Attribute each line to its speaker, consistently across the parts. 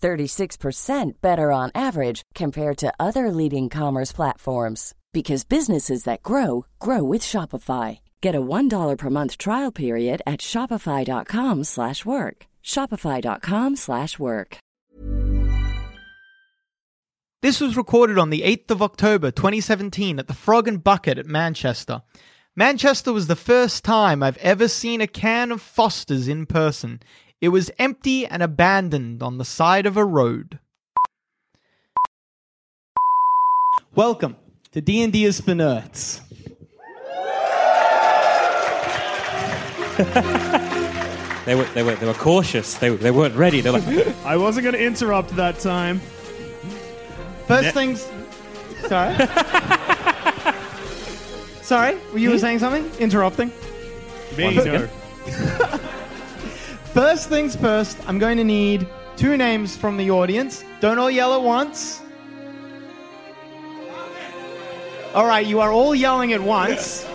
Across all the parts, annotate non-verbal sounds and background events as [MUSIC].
Speaker 1: 36% better on average compared to other leading commerce platforms because businesses that grow grow with Shopify. Get a $1 per month trial period at shopify.com/work. slash work. shopify.com/work. slash work.
Speaker 2: This was recorded on the 8th of October 2017 at the Frog and Bucket at Manchester. Manchester was the first time I've ever seen a can of Foster's in person. It was empty and abandoned on the side of a road. Welcome to D&D is for Nerds.
Speaker 3: They were, they were, they were cautious. They, they weren't ready. They're like,
Speaker 4: I wasn't going to interrupt that time.
Speaker 2: First things. Sorry. [LAUGHS] Sorry, were you saying something? Interrupting.
Speaker 4: Me, no. [LAUGHS]
Speaker 2: First things first, I'm going to need two names from the audience. Don't all yell at once. All right, you are all yelling at once.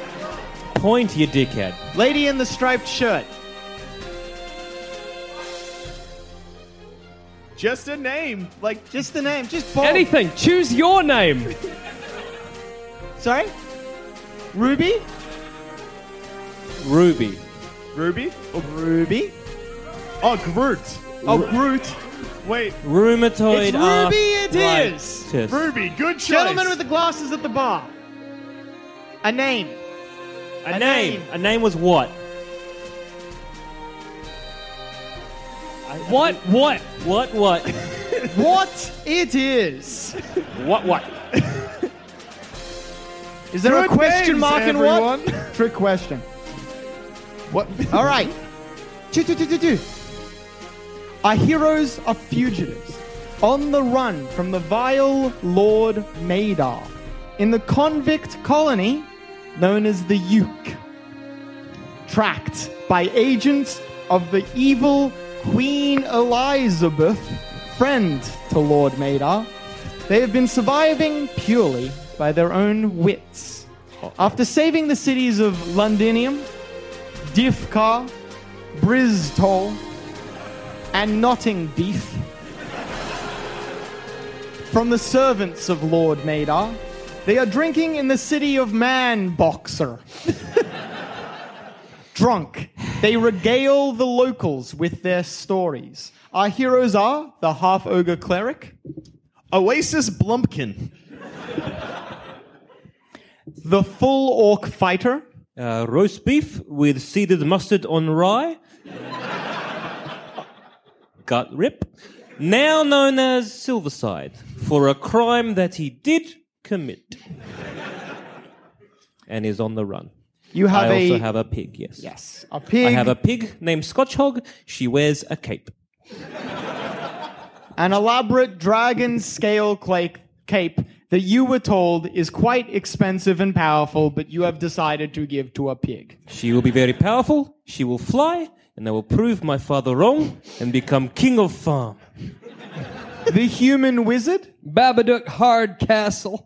Speaker 3: point, you dickhead.
Speaker 2: Lady in the striped shirt.
Speaker 4: Just a name.
Speaker 2: Like, just the name. Just Bob.
Speaker 5: Anything. Choose your name.
Speaker 2: Sorry? Ruby?
Speaker 3: Ruby.
Speaker 4: Ruby?
Speaker 2: Ruby?
Speaker 4: Oh, Groot.
Speaker 2: Oh, Groot.
Speaker 4: Wait,
Speaker 3: Rheumatoid
Speaker 2: It's Ruby it is.
Speaker 3: arthritis.
Speaker 4: Ruby, good choice.
Speaker 2: Gentleman with the glasses at the bar. A name.
Speaker 3: A name. A name was what?
Speaker 5: What? What?
Speaker 3: What, what?
Speaker 2: What it is.
Speaker 3: what, what?
Speaker 2: Is there a
Speaker 4: Good
Speaker 2: question
Speaker 4: names,
Speaker 2: mark in
Speaker 4: everyone.
Speaker 2: what? [LAUGHS] Trick question.
Speaker 4: What?
Speaker 2: [LAUGHS] All right. Choo, choo, choo, choo, choo. Our heroes are fugitives, on the run from the vile Lord Madar, in the convict colony known as the Uke. Tracked by agents of the evil Queen Elizabeth, friend to Lord Madar, they have been surviving purely by their own wits. After saving the cities of Londinium, Diffka, Bristol, and Notting Beef from the servants of Lord Madar. They are drinking in the city of Man Boxer. [LAUGHS] Drunk, they regale the locals with their stories. Our heroes are the half ogre cleric,
Speaker 4: Oasis Blumpkin.
Speaker 2: the full orc fighter,
Speaker 3: Uh, roast beef with seeded mustard on rye. Gut rip. Now known as Silverside for a crime that he did commit. and is on the run.
Speaker 2: you have
Speaker 3: I
Speaker 2: a
Speaker 3: also have a pig, yes.
Speaker 2: yes, a pig
Speaker 3: I have a pig named Scotch Hog. She wears a cape.
Speaker 2: an elaborate dragon scale cla- cape that you were told is quite expensive and powerful, but you have decided to give to a pig.
Speaker 3: She will be very powerful. She will fly, and I will prove my father wrong and become king of farm.
Speaker 2: the human wizard,
Speaker 5: Babadook Hardcastle.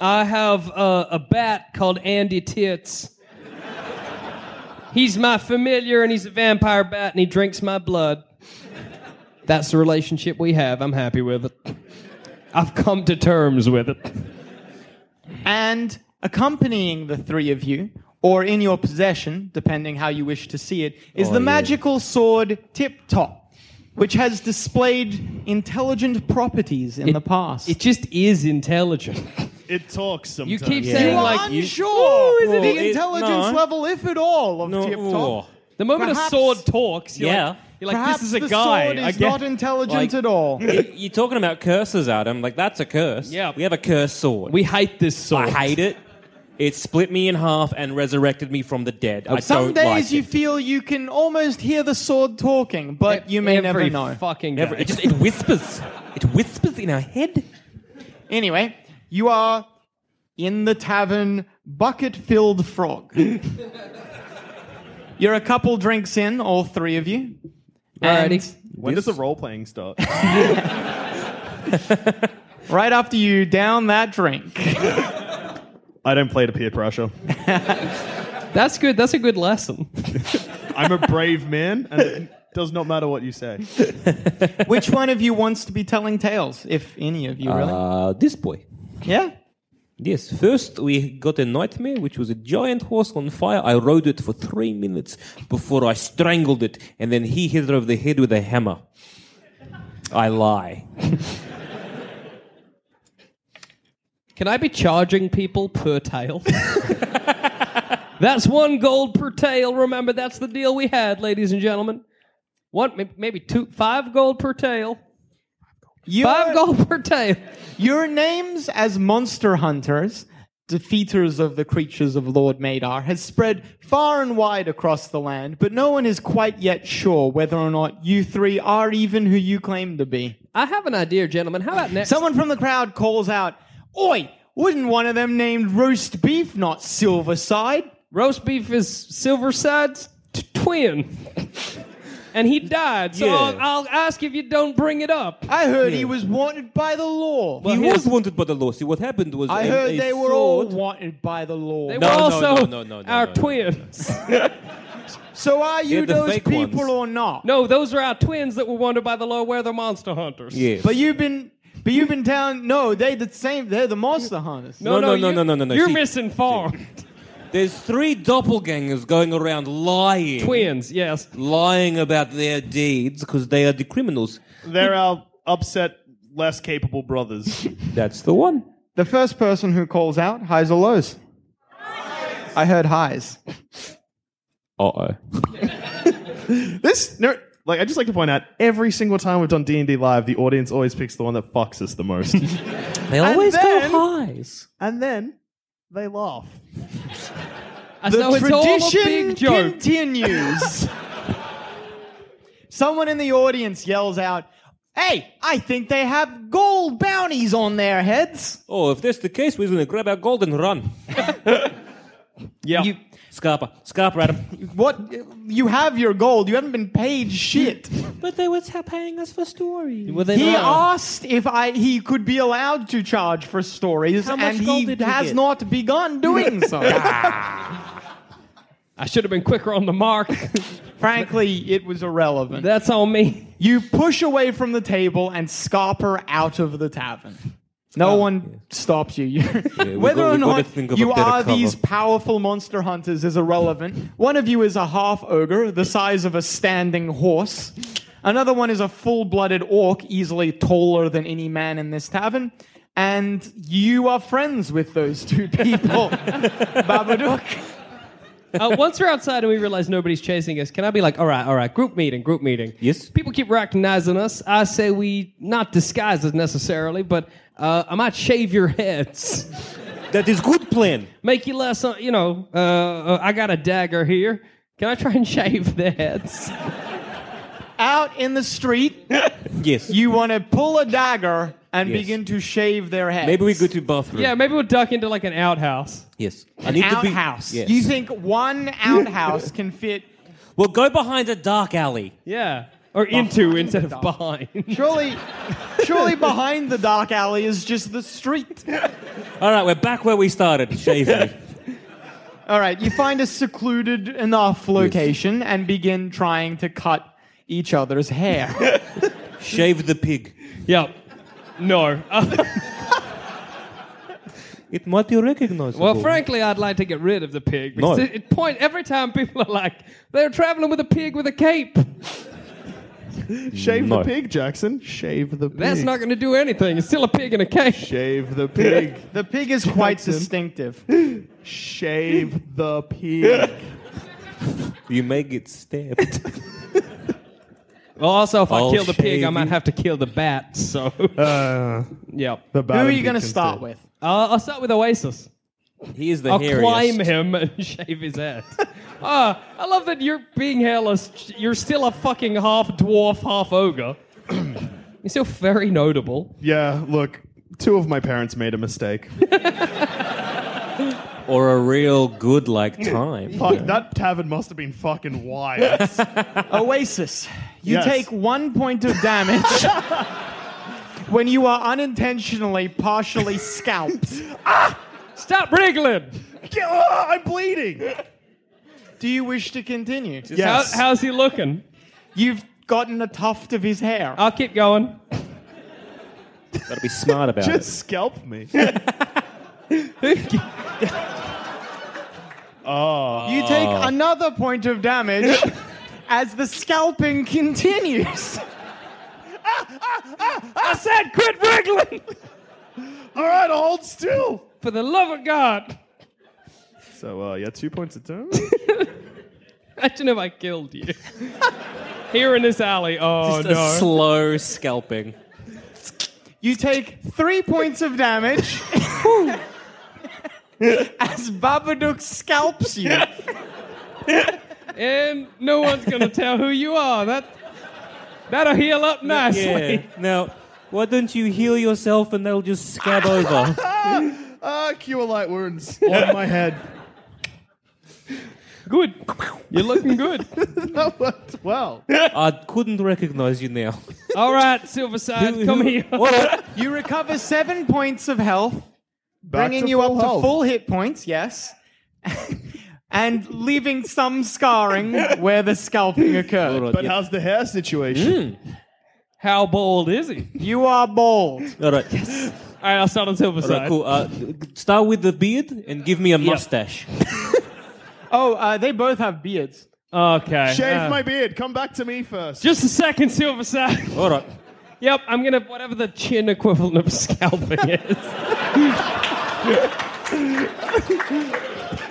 Speaker 5: I have uh, a bat called Andy Tits. He's my familiar and he's a vampire bat and he drinks my blood. That's the relationship we have. I'm happy with it. I've come to terms with it.
Speaker 2: and accompanying the three of you, or in Oh, your possession, depending how you wish to see it, is the magical sword Tip Top. which has displayed intelligent properties in the past.
Speaker 5: It just is intelligent.
Speaker 4: It talks sometimes.
Speaker 5: You keep
Speaker 3: Yeah.
Speaker 5: saying
Speaker 3: You
Speaker 2: Well,
Speaker 5: like
Speaker 2: unsure
Speaker 3: Ooh, is it-
Speaker 2: the
Speaker 3: it-
Speaker 2: intelligence
Speaker 3: no.
Speaker 2: level, if at all, of
Speaker 3: No,
Speaker 2: Tip Top.
Speaker 3: oh.
Speaker 5: the moment
Speaker 2: Perhaps-
Speaker 5: a sword talks, you're
Speaker 3: Yeah.
Speaker 5: like, you're like
Speaker 2: Perhaps
Speaker 5: this is a
Speaker 2: the
Speaker 5: guy.
Speaker 2: sword is
Speaker 5: I guess.
Speaker 2: not intelligent
Speaker 3: Like-
Speaker 2: at all.
Speaker 3: Y- You're talking about curses, Adam. Like that's a curse.
Speaker 5: Yeah.
Speaker 3: We have a curse sword.
Speaker 5: we hate this sword.
Speaker 3: I hate it. It split me in half and resurrected me from the dead. I
Speaker 2: Oh, Some
Speaker 3: don't
Speaker 2: days
Speaker 3: like
Speaker 2: you
Speaker 3: it.
Speaker 2: feel you can almost hear the sword talking, but you may never
Speaker 5: Every
Speaker 2: know.
Speaker 5: Fucking
Speaker 3: Never-
Speaker 5: day.
Speaker 3: it just it whispers. It whispers in our head.
Speaker 2: Anyway, you are in the tavern, bucket filled frog. You're a couple drinks in, all three of you. And
Speaker 5: Alrighty.
Speaker 4: when does the role playing start?
Speaker 2: right after you down that drink,
Speaker 4: [LAUGHS] I don't play to peer pressure.
Speaker 5: That's good. That's a good lesson.
Speaker 4: I'm a brave man, and it does not matter what you say.
Speaker 2: which one of you wants to be telling tales, if any of you really?
Speaker 3: Uh, this boy.
Speaker 2: yeah?
Speaker 3: Yes. First, we got a nightmare, which was a giant horse on fire. I rode it for three minutes before I strangled it, and then he hit it over the head with a hammer. I lie.
Speaker 5: Can I be charging people per tail? [LAUGHS] that's one gold per tail. Remember, that's the deal we had, ladies and gentlemen. One, may- maybe two, five gold per tail.
Speaker 2: You
Speaker 5: Five gold per tail.
Speaker 2: Your names as monster hunters, defeaters of the creatures of Lord Madar, has spread far and wide across the land, but no one is quite yet sure whether or not you three are even who you claim to be.
Speaker 5: I have an idea, gentlemen. How about next?
Speaker 2: Someone from the crowd calls out, Oi, wouldn't one of them named Roast Beef not Silverside?
Speaker 5: roast beef is Silverside's t- twin, and he died. So
Speaker 3: Yeah.
Speaker 5: I'll, I'll ask if you don't bring it up.
Speaker 2: I heard he was wanted by the law.
Speaker 3: he was wanted by the law. See, what happened was
Speaker 2: I
Speaker 3: a-
Speaker 2: heard
Speaker 3: a
Speaker 2: they were all
Speaker 3: sword-
Speaker 2: wanted by the law.
Speaker 5: They
Speaker 3: No,
Speaker 5: were
Speaker 3: no,
Speaker 5: also
Speaker 3: no, no, no, no,
Speaker 5: our
Speaker 3: no, no, no.
Speaker 5: twins.
Speaker 2: so are you
Speaker 3: They're the
Speaker 2: those
Speaker 3: fake
Speaker 2: people
Speaker 3: ones.
Speaker 2: or not?
Speaker 5: No, those are our twins that were wanted by the law. Where the monster hunters.
Speaker 3: Yes.
Speaker 2: But you've been but you've been down no, they the same they're the monster hunters.
Speaker 3: No, no, no,
Speaker 5: you-
Speaker 3: no, no, no, no.
Speaker 5: You're
Speaker 3: See-
Speaker 5: misinformed.
Speaker 3: There's three doppelgangers going around lying,
Speaker 5: Twins, yes.
Speaker 3: lying about their deeds because they are the criminals.
Speaker 4: They're our upset, less capable brothers.
Speaker 3: That's the one.
Speaker 2: The first person who calls out, highs or lows? I heard highs.
Speaker 3: Uh oh.
Speaker 4: This no, like I just like to point out every single time we've done D and D live, the audience always picks the one that fucks us the most,
Speaker 3: They always
Speaker 4: then-
Speaker 3: go highs.
Speaker 4: and then [LAUGHS] they laugh.
Speaker 5: so it's all a big joke.
Speaker 2: continues. Someone in the audience yells out, Hey, I think they have gold bounties on their heads.
Speaker 3: Oh, if that's the case, we're going to grab our gold and run.
Speaker 4: Yeah,
Speaker 2: You,
Speaker 3: Scarpa, Scarpa, Adam.
Speaker 2: what? You have your gold. You haven't been paid shit.
Speaker 3: but they were paying us for stories.
Speaker 5: Well, they
Speaker 2: He
Speaker 5: don't.
Speaker 2: asked if I he could be allowed to charge for stories,
Speaker 3: How much
Speaker 2: and
Speaker 3: gold
Speaker 2: he
Speaker 3: did you
Speaker 2: has
Speaker 3: get?
Speaker 2: not begun doing so.
Speaker 5: I should have been quicker on the mark. [LAUGHS]
Speaker 2: Frankly, it was irrelevant.
Speaker 5: That's on me.
Speaker 2: You push away from the table and scarper out of the tavern. No one stops you. [LAUGHS] You- Whether or
Speaker 3: got- Oh, we gotta
Speaker 2: not
Speaker 3: think of a
Speaker 2: you
Speaker 3: better
Speaker 2: are
Speaker 3: cover.
Speaker 2: these powerful monster hunters is irrelevant. One of you is a half ogre, the size of a standing horse. Another one is a full blooded orc, easily taller than any man in this tavern. And you are friends with those
Speaker 3: [LAUGHS]
Speaker 2: two people. Babadook.
Speaker 5: Uh, once we're outside and we realize nobody's chasing us, can I be like, all right, all right, group meeting, group meeting?
Speaker 3: Yes.
Speaker 5: People keep recognizing us. I say we not disguise us necessarily, but uh, I might shave your heads, [LAUGHS]
Speaker 3: That is good plan.
Speaker 5: make you less, uh, you know, uh, uh, I got a dagger here. Can I try and shave their heads? [LAUGHS]
Speaker 2: Out in the street,
Speaker 3: Yes.
Speaker 2: you want to pull a dagger and
Speaker 3: Yes.
Speaker 2: begin to shave their heads.
Speaker 3: Maybe we go to bathroom.
Speaker 5: Yeah, maybe we'll duck into like an outhouse.
Speaker 3: Yes. I need to be-
Speaker 2: outhouse.
Speaker 3: Yes.
Speaker 2: You think one outhouse can fit?
Speaker 3: Well, go behind a dark alley.
Speaker 5: Yeah. Or into instead of behind. [LAUGHS]
Speaker 2: Surely, surely behind the dark alley is just the street.
Speaker 3: All right, we're back where we started. Shave me.
Speaker 2: All right, you find a secluded enough location and begin trying to cut each other's hair.
Speaker 3: Shave the pig.
Speaker 5: yep. No. Uh,
Speaker 3: It might be recognizable.
Speaker 5: Well, frankly, I'd like to get rid of the pig. Because
Speaker 3: No.
Speaker 5: it, it point every time people are like, they're traveling with a pig with a cape.
Speaker 4: Shave
Speaker 3: No.
Speaker 4: the pig, Jackson. Shave the pig.
Speaker 5: That's not going to do anything. It's still a pig in a cage.
Speaker 4: Shave the [LAUGHS] pig.
Speaker 2: The pig is quite distinctive.
Speaker 4: Shave the pig.
Speaker 3: You may get stabbed.
Speaker 5: Well, also, if
Speaker 3: I'll
Speaker 5: I kill the pig,
Speaker 3: shave
Speaker 5: I might
Speaker 3: you.
Speaker 5: have to kill the bat. So,
Speaker 3: Uh.
Speaker 5: [LAUGHS] yep.
Speaker 4: The
Speaker 2: Who are you going to start with?
Speaker 5: Uh, I'll start with Oasis.
Speaker 3: he is the
Speaker 5: I'll
Speaker 3: hairiest.
Speaker 5: climb him and [LAUGHS] shave his head. Ah, I love that you're being hairless. You're still a fucking half dwarf, half ogre. [CLEARS THROAT] you're still very notable.
Speaker 4: Yeah, look, two of my parents made a mistake.
Speaker 3: Or a real good like time.
Speaker 4: Fuck, that tavern must have been fucking wired.
Speaker 2: Oasis, you
Speaker 4: Yes.
Speaker 2: take one point of damage when you are unintentionally partially scalped.
Speaker 5: Stop wriggling.
Speaker 4: Ah, I'm bleeding.
Speaker 2: Do you wish to continue?
Speaker 4: Yes.
Speaker 5: How, how's he looking?
Speaker 2: You've gotten a tuft of his hair.
Speaker 5: I'll keep going.
Speaker 3: [LAUGHS] Gotta be smart about
Speaker 4: Just scalp
Speaker 2: [LAUGHS]
Speaker 4: me.
Speaker 2: you take another point of damage as the scalping continues.
Speaker 5: I said quit wriggling.
Speaker 4: All right, I'll hold still.
Speaker 5: For the love of
Speaker 3: [LAUGHS]
Speaker 5: God.
Speaker 4: So, uh, yeah, two points of damage.
Speaker 5: Imagine if I killed you. [LAUGHS] Here in this alley. Oh,
Speaker 3: it.
Speaker 5: no.
Speaker 3: A slow scalping.
Speaker 2: You take three points of damage as Babadook scalps you.
Speaker 5: and no one's going to tell who you are. That, that'll heal up nicely. [LAUGHS]
Speaker 3: Yeah. now, why don't you heal yourself and they'll just scab over?
Speaker 4: Ah, cure light wounds on my head. [LAUGHS]
Speaker 5: Good. You're
Speaker 3: [LAUGHS]
Speaker 5: looking good.
Speaker 4: That worked well.
Speaker 3: I couldn't recognize you now.
Speaker 5: All right, Silverside,
Speaker 3: [LAUGHS]
Speaker 5: come here.
Speaker 3: What?
Speaker 2: You recover seven points of health,
Speaker 4: Back
Speaker 2: bringing
Speaker 4: to
Speaker 2: you up to
Speaker 4: health.
Speaker 2: full hit points, yes, [LAUGHS] and leaving some scarring where the scalping occurred.
Speaker 4: But how's the hair
Speaker 2: Mm.
Speaker 4: situation?
Speaker 5: How bold is he?
Speaker 2: You are bald.
Speaker 3: All right.
Speaker 5: All right, I'll start on
Speaker 3: All right,
Speaker 5: Silverside.
Speaker 3: cool. Uh, start with the beard and give me a mustache.
Speaker 2: Oh, uh, they both have beards.
Speaker 5: Okay.
Speaker 4: Shave
Speaker 5: uh,
Speaker 4: my beard. Come back to me first.
Speaker 5: Just a second, Silverside. [LAUGHS]
Speaker 3: All right.
Speaker 5: Yep, I'm gonna whatever the chin equivalent of scalping
Speaker 3: [LAUGHS]
Speaker 5: is.
Speaker 3: [LAUGHS]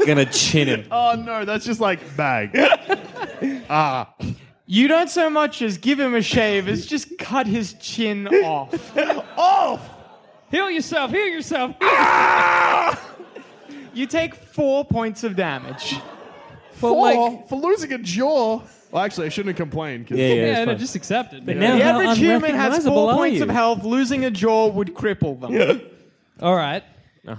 Speaker 3: Gonna chin [LAUGHS] him.
Speaker 4: oh no, that's just like bag.
Speaker 2: You don't so much as give him a shave as just cut his chin off.
Speaker 4: Off.
Speaker 5: heal yourself, heal yourself.
Speaker 2: You take four points of damage.
Speaker 5: But
Speaker 4: Or
Speaker 5: like,
Speaker 4: for losing a jaw. Well, actually, I shouldn't complain. 'cause-
Speaker 3: Yeah, yeah. it's
Speaker 5: yeah, no,
Speaker 3: fine.
Speaker 5: just accept it.
Speaker 3: now-
Speaker 2: The
Speaker 3: How
Speaker 2: average human has
Speaker 3: unrecognizable
Speaker 2: four
Speaker 3: are
Speaker 2: points
Speaker 3: you?
Speaker 2: of health. Losing a jaw would cripple them.
Speaker 5: All right.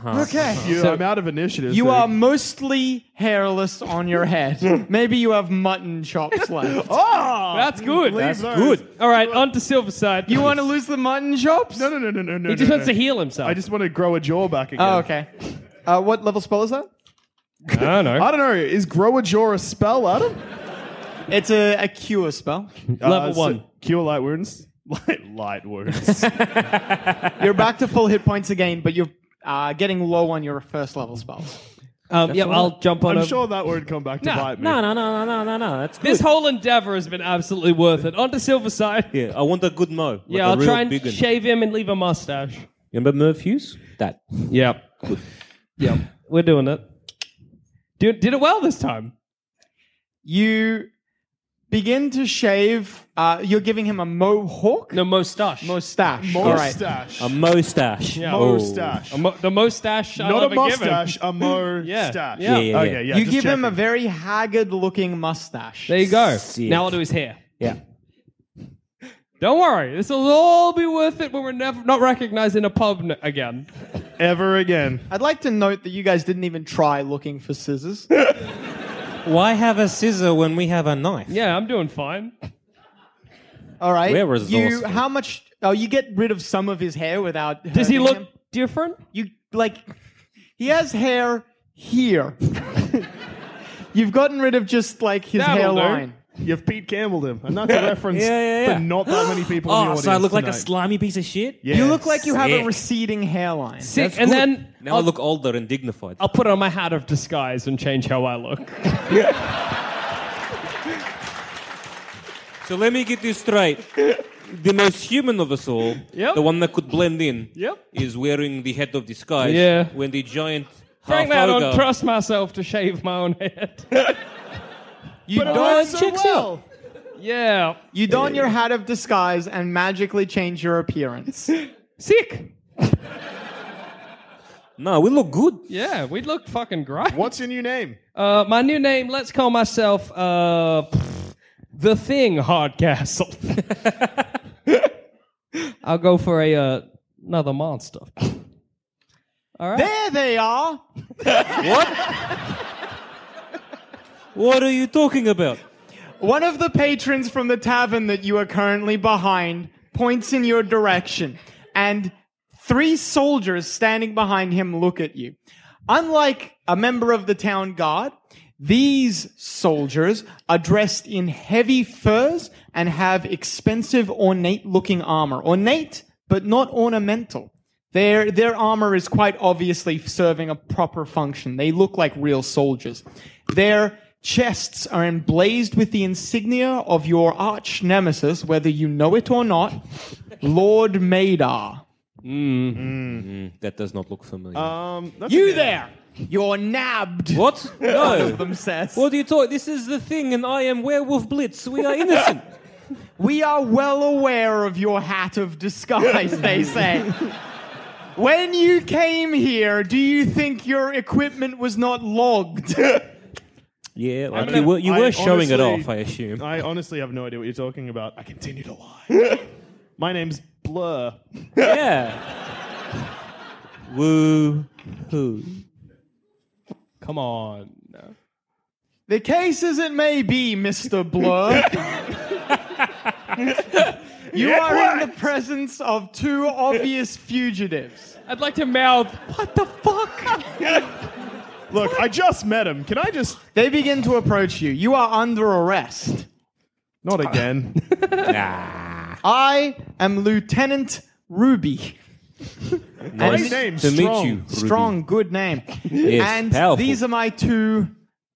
Speaker 2: Okay.
Speaker 4: You- I'm out of initiative.
Speaker 2: You
Speaker 4: so-
Speaker 2: are mostly hairless on your head. [LAUGHS] Maybe you have mutton chops [LAUGHS] left.
Speaker 4: Ah.
Speaker 5: That's good.
Speaker 4: That's
Speaker 5: That's-
Speaker 4: good.
Speaker 5: All right, on to Silverside.
Speaker 2: You want to lose the mutton chops?
Speaker 4: No, no, no, no, no, no.
Speaker 5: [LAUGHS] He just
Speaker 4: no,
Speaker 5: wants
Speaker 2: [LAUGHS]
Speaker 4: no.
Speaker 5: to heal himself.
Speaker 4: I just want to grow a jaw back again.
Speaker 2: Oh, okay. Uh, what level spell is that?
Speaker 5: I don't know.
Speaker 4: I don't know. Is grow a jaw a spell, Adam?
Speaker 2: It's a, a cure spell.
Speaker 5: Level
Speaker 4: Uh, so-
Speaker 5: one.
Speaker 4: cure
Speaker 3: [LAUGHS]
Speaker 4: light wounds. Light, light wounds.
Speaker 2: You're back to full hit points again, but you're uh, getting low on your first level spells.
Speaker 5: Um, yeah, I'll jump on.
Speaker 4: [LAUGHS] I'm
Speaker 5: over.
Speaker 4: sure that won't come back to
Speaker 5: No,
Speaker 4: bite me.
Speaker 3: No, no, no, no, no, no, no. That's good.
Speaker 5: This whole endeavor has been absolutely worth it. On to Silverside. Yeah,
Speaker 3: yeah, I want a good mo. Like a
Speaker 5: I'll
Speaker 3: real
Speaker 5: try and
Speaker 3: big one.
Speaker 5: shave him and leave a mustache.
Speaker 3: You Remember Murph Hughes? That.
Speaker 5: Yep. Yep. We're doing it. Did, did it well this time.
Speaker 2: You begin to shave. Uh, you're giving him a mohawk?
Speaker 5: The mustache.
Speaker 2: Mustache. All right.
Speaker 4: Mustache.
Speaker 3: A mustache.
Speaker 5: Yeah.
Speaker 3: Oh.
Speaker 4: Mustache.
Speaker 5: A mo- the mustache. I'll
Speaker 4: Not a
Speaker 5: ever give him.
Speaker 4: mustache,
Speaker 3: [LAUGHS]
Speaker 4: a mo stash.
Speaker 3: yeah,
Speaker 5: Yeah,
Speaker 3: yeah.
Speaker 4: Okay, yeah.
Speaker 2: you
Speaker 4: just
Speaker 2: give him a
Speaker 4: checking.
Speaker 2: very haggard looking mustache.
Speaker 5: There you go.
Speaker 3: Sick.
Speaker 5: Now I'll do his hair.
Speaker 3: Yeah.
Speaker 5: Don't worry. This will all be worth it when we're never not recognized in a pub n- again.
Speaker 4: ever again.
Speaker 2: I'd like to note that you guys didn't even try looking for
Speaker 5: [LAUGHS]
Speaker 2: scissors.
Speaker 3: Why have a scissor when we have a knife?
Speaker 5: Yeah, I'm doing fine.
Speaker 2: All right.
Speaker 3: We're resourceful.
Speaker 2: You how much? Oh, you get rid of some of his hair without.
Speaker 5: Does he
Speaker 2: hurting
Speaker 5: look
Speaker 2: him.
Speaker 5: different?
Speaker 2: You like? He has hair
Speaker 5: [LAUGHS]
Speaker 2: here. You've gotten rid of just like his
Speaker 5: That'll do.
Speaker 2: hairline.
Speaker 4: You've Pete Campbelled him. And that's a
Speaker 3: [LAUGHS]
Speaker 4: reference
Speaker 3: Yeah, yeah, yeah.
Speaker 4: for not that many people in the
Speaker 3: [GASPS] Oh,
Speaker 4: audience
Speaker 3: so I look like a
Speaker 4: tonight.
Speaker 3: slimy piece of shit?
Speaker 4: Yes.
Speaker 2: You look like you have
Speaker 3: Yeah.
Speaker 2: a receding hairline.
Speaker 5: See,
Speaker 3: That's
Speaker 5: and
Speaker 3: good.
Speaker 5: then
Speaker 3: Now I
Speaker 5: I'll,
Speaker 3: look older and dignified.
Speaker 5: I'll put on my hat of disguise and change how I look.
Speaker 3: So let me get this straight. The most human of us all,
Speaker 5: Yep.
Speaker 3: the one that could blend in,
Speaker 5: Yep.
Speaker 3: is wearing the hat of disguise.
Speaker 5: Yeah.
Speaker 3: When the giant
Speaker 5: Frankly, I
Speaker 3: half
Speaker 5: don't
Speaker 3: ogre-
Speaker 5: trust myself to shave my own head. [LAUGHS]
Speaker 2: You
Speaker 5: it
Speaker 2: don
Speaker 5: works so well. yeah.
Speaker 2: You don your hat of disguise and magically change your
Speaker 5: [LAUGHS]
Speaker 2: appearance.
Speaker 5: Sick.
Speaker 3: No, we look good.
Speaker 5: Yeah, we look fucking great.
Speaker 4: What's your new name?
Speaker 5: Uh, my new name, let's call myself uh, pff, The Thing Hardcastle. [LAUGHS] I'll go for a uh, another monster.
Speaker 2: there they are.
Speaker 3: What are you talking about?
Speaker 2: One of the patrons from the tavern that you are currently behind points in your direction, and three soldiers standing behind him look at you. Unlike a member of the town guard, these soldiers are dressed in heavy furs and have expensive, ornate looking armor. Ornate, but not ornamental. Their, their armor is quite obviously serving a proper function. They look like real soldiers. Their chests are emblazed with the insignia of your arch nemesis, whether you know it or not, Lord Madar.
Speaker 3: That does not look familiar.
Speaker 4: Um, that's
Speaker 2: You
Speaker 4: okay.
Speaker 2: there! You're nabbed!
Speaker 3: what? No.
Speaker 2: Them says.
Speaker 3: What are you talking? This is the thing, and I am Werewolf Blitz. We are innocent.
Speaker 2: We are well aware of your hat of disguise,
Speaker 3: [LAUGHS]
Speaker 2: they say. When you came here, do you think your equipment was not
Speaker 3: [LAUGHS]
Speaker 2: logged?
Speaker 3: yeah, like
Speaker 4: gonna-
Speaker 3: you were, you were
Speaker 4: I
Speaker 3: showing it
Speaker 4: honestly-
Speaker 3: off, I assume.
Speaker 4: I honestly have no idea what you're talking about. I continue to lie.
Speaker 3: [LAUGHS]
Speaker 4: My name's Blur.
Speaker 3: yeah. Woo. Hoo.
Speaker 5: Come on.
Speaker 2: the case as it may be, Mr. Blur.
Speaker 3: [LAUGHS]
Speaker 2: you are in the presence of two obvious fugitives.
Speaker 5: I'd like to mouth, what the fuck?
Speaker 4: Look, I just met him. Can I
Speaker 3: [LAUGHS]
Speaker 4: just?
Speaker 2: They begin to approach you. You are under arrest.
Speaker 4: Not again.
Speaker 2: I am Lieutenant Ruby.
Speaker 3: Nice
Speaker 4: Great name,
Speaker 3: to
Speaker 4: strong.
Speaker 3: meet you. Ruby.
Speaker 2: Strong, good
Speaker 3: [LAUGHS]
Speaker 2: name.
Speaker 3: Yes,
Speaker 2: and
Speaker 3: powerful.
Speaker 2: these are my two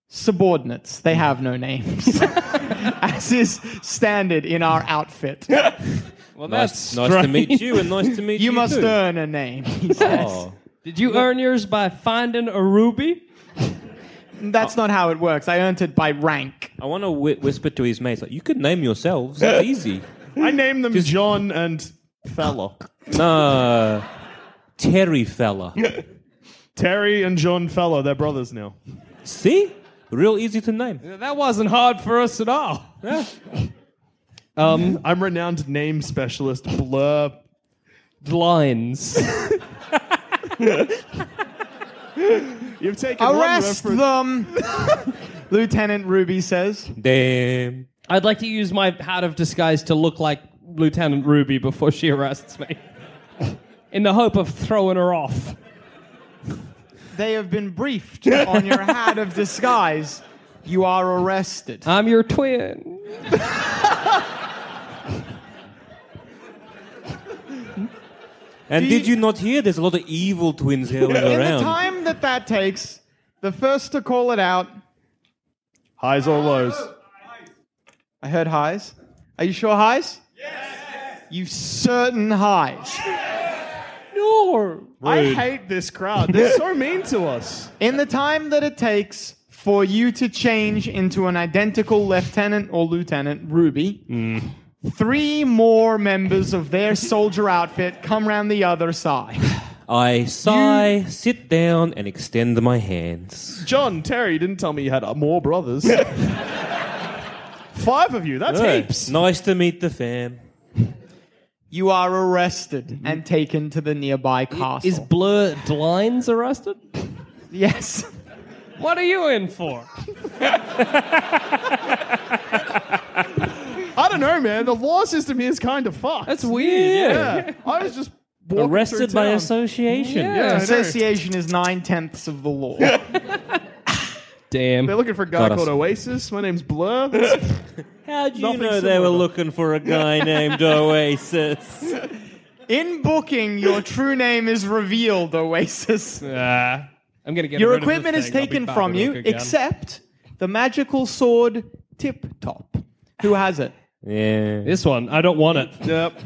Speaker 2: subordinates. They have no names, [LAUGHS] as is standard in our outfit.
Speaker 5: Well,
Speaker 3: Nice,
Speaker 5: that's
Speaker 3: nice to meet you, and nice to meet you.
Speaker 2: [LAUGHS] You must
Speaker 3: too.
Speaker 2: earn a name. he says.
Speaker 3: Oh.
Speaker 5: Did you earn yours by finding a ruby?
Speaker 2: That's not how it works. I earned it by rank.
Speaker 3: I want to whi whisper to his mates, like, you could name yourselves. It's easy.
Speaker 4: I named them John and Fella.
Speaker 3: Nah. Uh, Terry fella.
Speaker 4: Terry and John Fella. They're brothers now.
Speaker 3: See? Real easy to name.
Speaker 5: That wasn't hard for us at all. um,
Speaker 4: I'm renowned name specialist Blur.
Speaker 5: lines.
Speaker 4: You've taken one
Speaker 2: Arrest
Speaker 4: reference-
Speaker 2: them, [LAUGHS] Lieutenant Ruby says.
Speaker 3: Damn.
Speaker 5: I'd like to use my hat of disguise to look like Lieutenant Ruby before she arrests me. In the hope of throwing her off.
Speaker 2: They have been briefed on your hat of disguise. You are arrested.
Speaker 4: Um.
Speaker 5: I'm your twin.
Speaker 3: And did you not hear? There's a lot of evil twins hailing
Speaker 2: In the
Speaker 3: around.
Speaker 2: time that that takes, the first to call it out.
Speaker 4: Highs or lows?
Speaker 2: I heard highs. Are you sure highs? Yes. You certain highs.
Speaker 5: No.
Speaker 4: I hate this crowd. They're so [LAUGHS] mean to us.
Speaker 2: In the time that it takes for you to change into an identical lieutenant or lieutenant, Ruby,
Speaker 3: Mm.
Speaker 2: three more members of their soldier outfit come round the other side.
Speaker 3: I sigh, sit down, and extend my hands.
Speaker 4: John, Terry, you didn't tell me you had uh, more brothers. Five of you. That's heaps.
Speaker 3: Nice to meet the fam.
Speaker 2: You are arrested and taken to the nearby castle.
Speaker 5: Is Blur Lines arrested?
Speaker 4: [LAUGHS]
Speaker 2: yes.
Speaker 5: What are you in for?
Speaker 4: I don't know, man. The law system here is kind of fucked.
Speaker 5: That's weird. Yeah.
Speaker 4: yeah. I was just walking
Speaker 3: Arrested
Speaker 4: through
Speaker 3: by
Speaker 4: town.
Speaker 3: association.
Speaker 5: Yeah. I know.
Speaker 2: Association is nine tenths of the
Speaker 4: [LAUGHS]
Speaker 2: law.
Speaker 4: They're
Speaker 5: Damn.
Speaker 4: looking for a guy
Speaker 3: Got us.
Speaker 4: called Oasis. My name's Blur.
Speaker 3: How'd you
Speaker 4: Nothing
Speaker 3: know they
Speaker 4: similar.
Speaker 3: were looking for a guy
Speaker 2: [LAUGHS]
Speaker 3: named Oasis?
Speaker 2: In booking, your true name is revealed, Oasis.
Speaker 5: Ah, I'm gonna get
Speaker 2: Your
Speaker 5: rid of this
Speaker 2: equipment is
Speaker 5: thing. I'll be
Speaker 2: taken
Speaker 5: back
Speaker 2: from
Speaker 5: to
Speaker 2: you,
Speaker 5: look again.
Speaker 2: except the magical sword Tip Top. Who has it?
Speaker 3: Yeah.
Speaker 5: This one, I don't want it.
Speaker 4: Yep.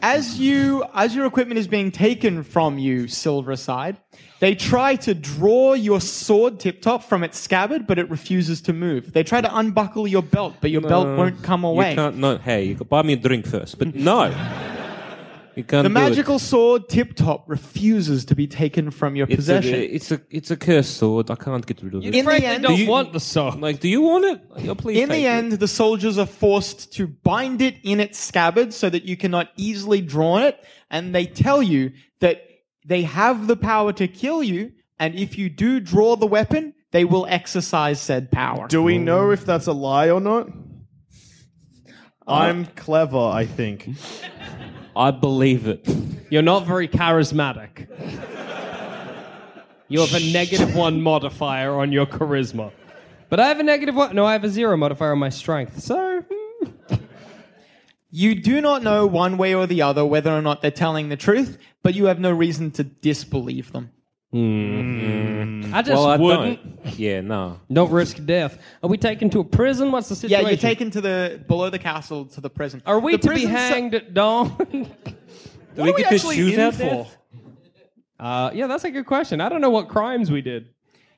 Speaker 2: As you as your equipment is being taken from you, Silverside, they try to draw your sword tip top from its scabbard, but it refuses to move. They try to unbuckle your belt, but your belt won't come away.
Speaker 3: Uh, You can't, no, hey, you could buy me a drink
Speaker 2: [LAUGHS]
Speaker 3: first, but no. You can't
Speaker 2: The
Speaker 3: do it.
Speaker 2: magical sword Tip Top refuses to be taken from your
Speaker 3: it's a,
Speaker 2: possession.
Speaker 3: it's a it's a cursed sword. I can't get rid of it.
Speaker 2: In the
Speaker 5: Frankly,
Speaker 2: end-
Speaker 5: don't
Speaker 3: Do you-
Speaker 5: want the song.
Speaker 3: like, do you want it? Oh, please
Speaker 2: in
Speaker 3: take
Speaker 2: the
Speaker 3: it.
Speaker 2: end, the soldiers are forced to bind it in its scabbard so that you cannot easily draw it, and they tell you that they have the power to kill you, and if you do draw the weapon, they will exercise said power.
Speaker 4: Do we know if that's a lie or not? I'm clever, I think.
Speaker 3: I believe it.
Speaker 5: You're not very charismatic. You have a negative one modifier on your charisma. But I have a negative one. No, I have a zero modifier on my strength. So, hmm.
Speaker 2: You do not know one way or the other whether or not they're telling the truth, but you have no reason to disbelieve them.
Speaker 5: I just
Speaker 3: Well, I
Speaker 5: wouldn't.
Speaker 3: don't. Yeah, no.
Speaker 5: Don't risk death. Are we taken to a prison? What's the
Speaker 2: Yeah,
Speaker 5: situation?
Speaker 2: you're taken to the below the castle to the prison.
Speaker 5: Are we
Speaker 2: The
Speaker 5: to be
Speaker 2: prison se-
Speaker 5: hanged at dawn? [LAUGHS]
Speaker 3: Do we
Speaker 2: are we
Speaker 3: get to
Speaker 2: actually
Speaker 3: choose
Speaker 2: in
Speaker 3: that
Speaker 2: for?
Speaker 5: uh, yeah, that's a good question. I don't know what crimes we did.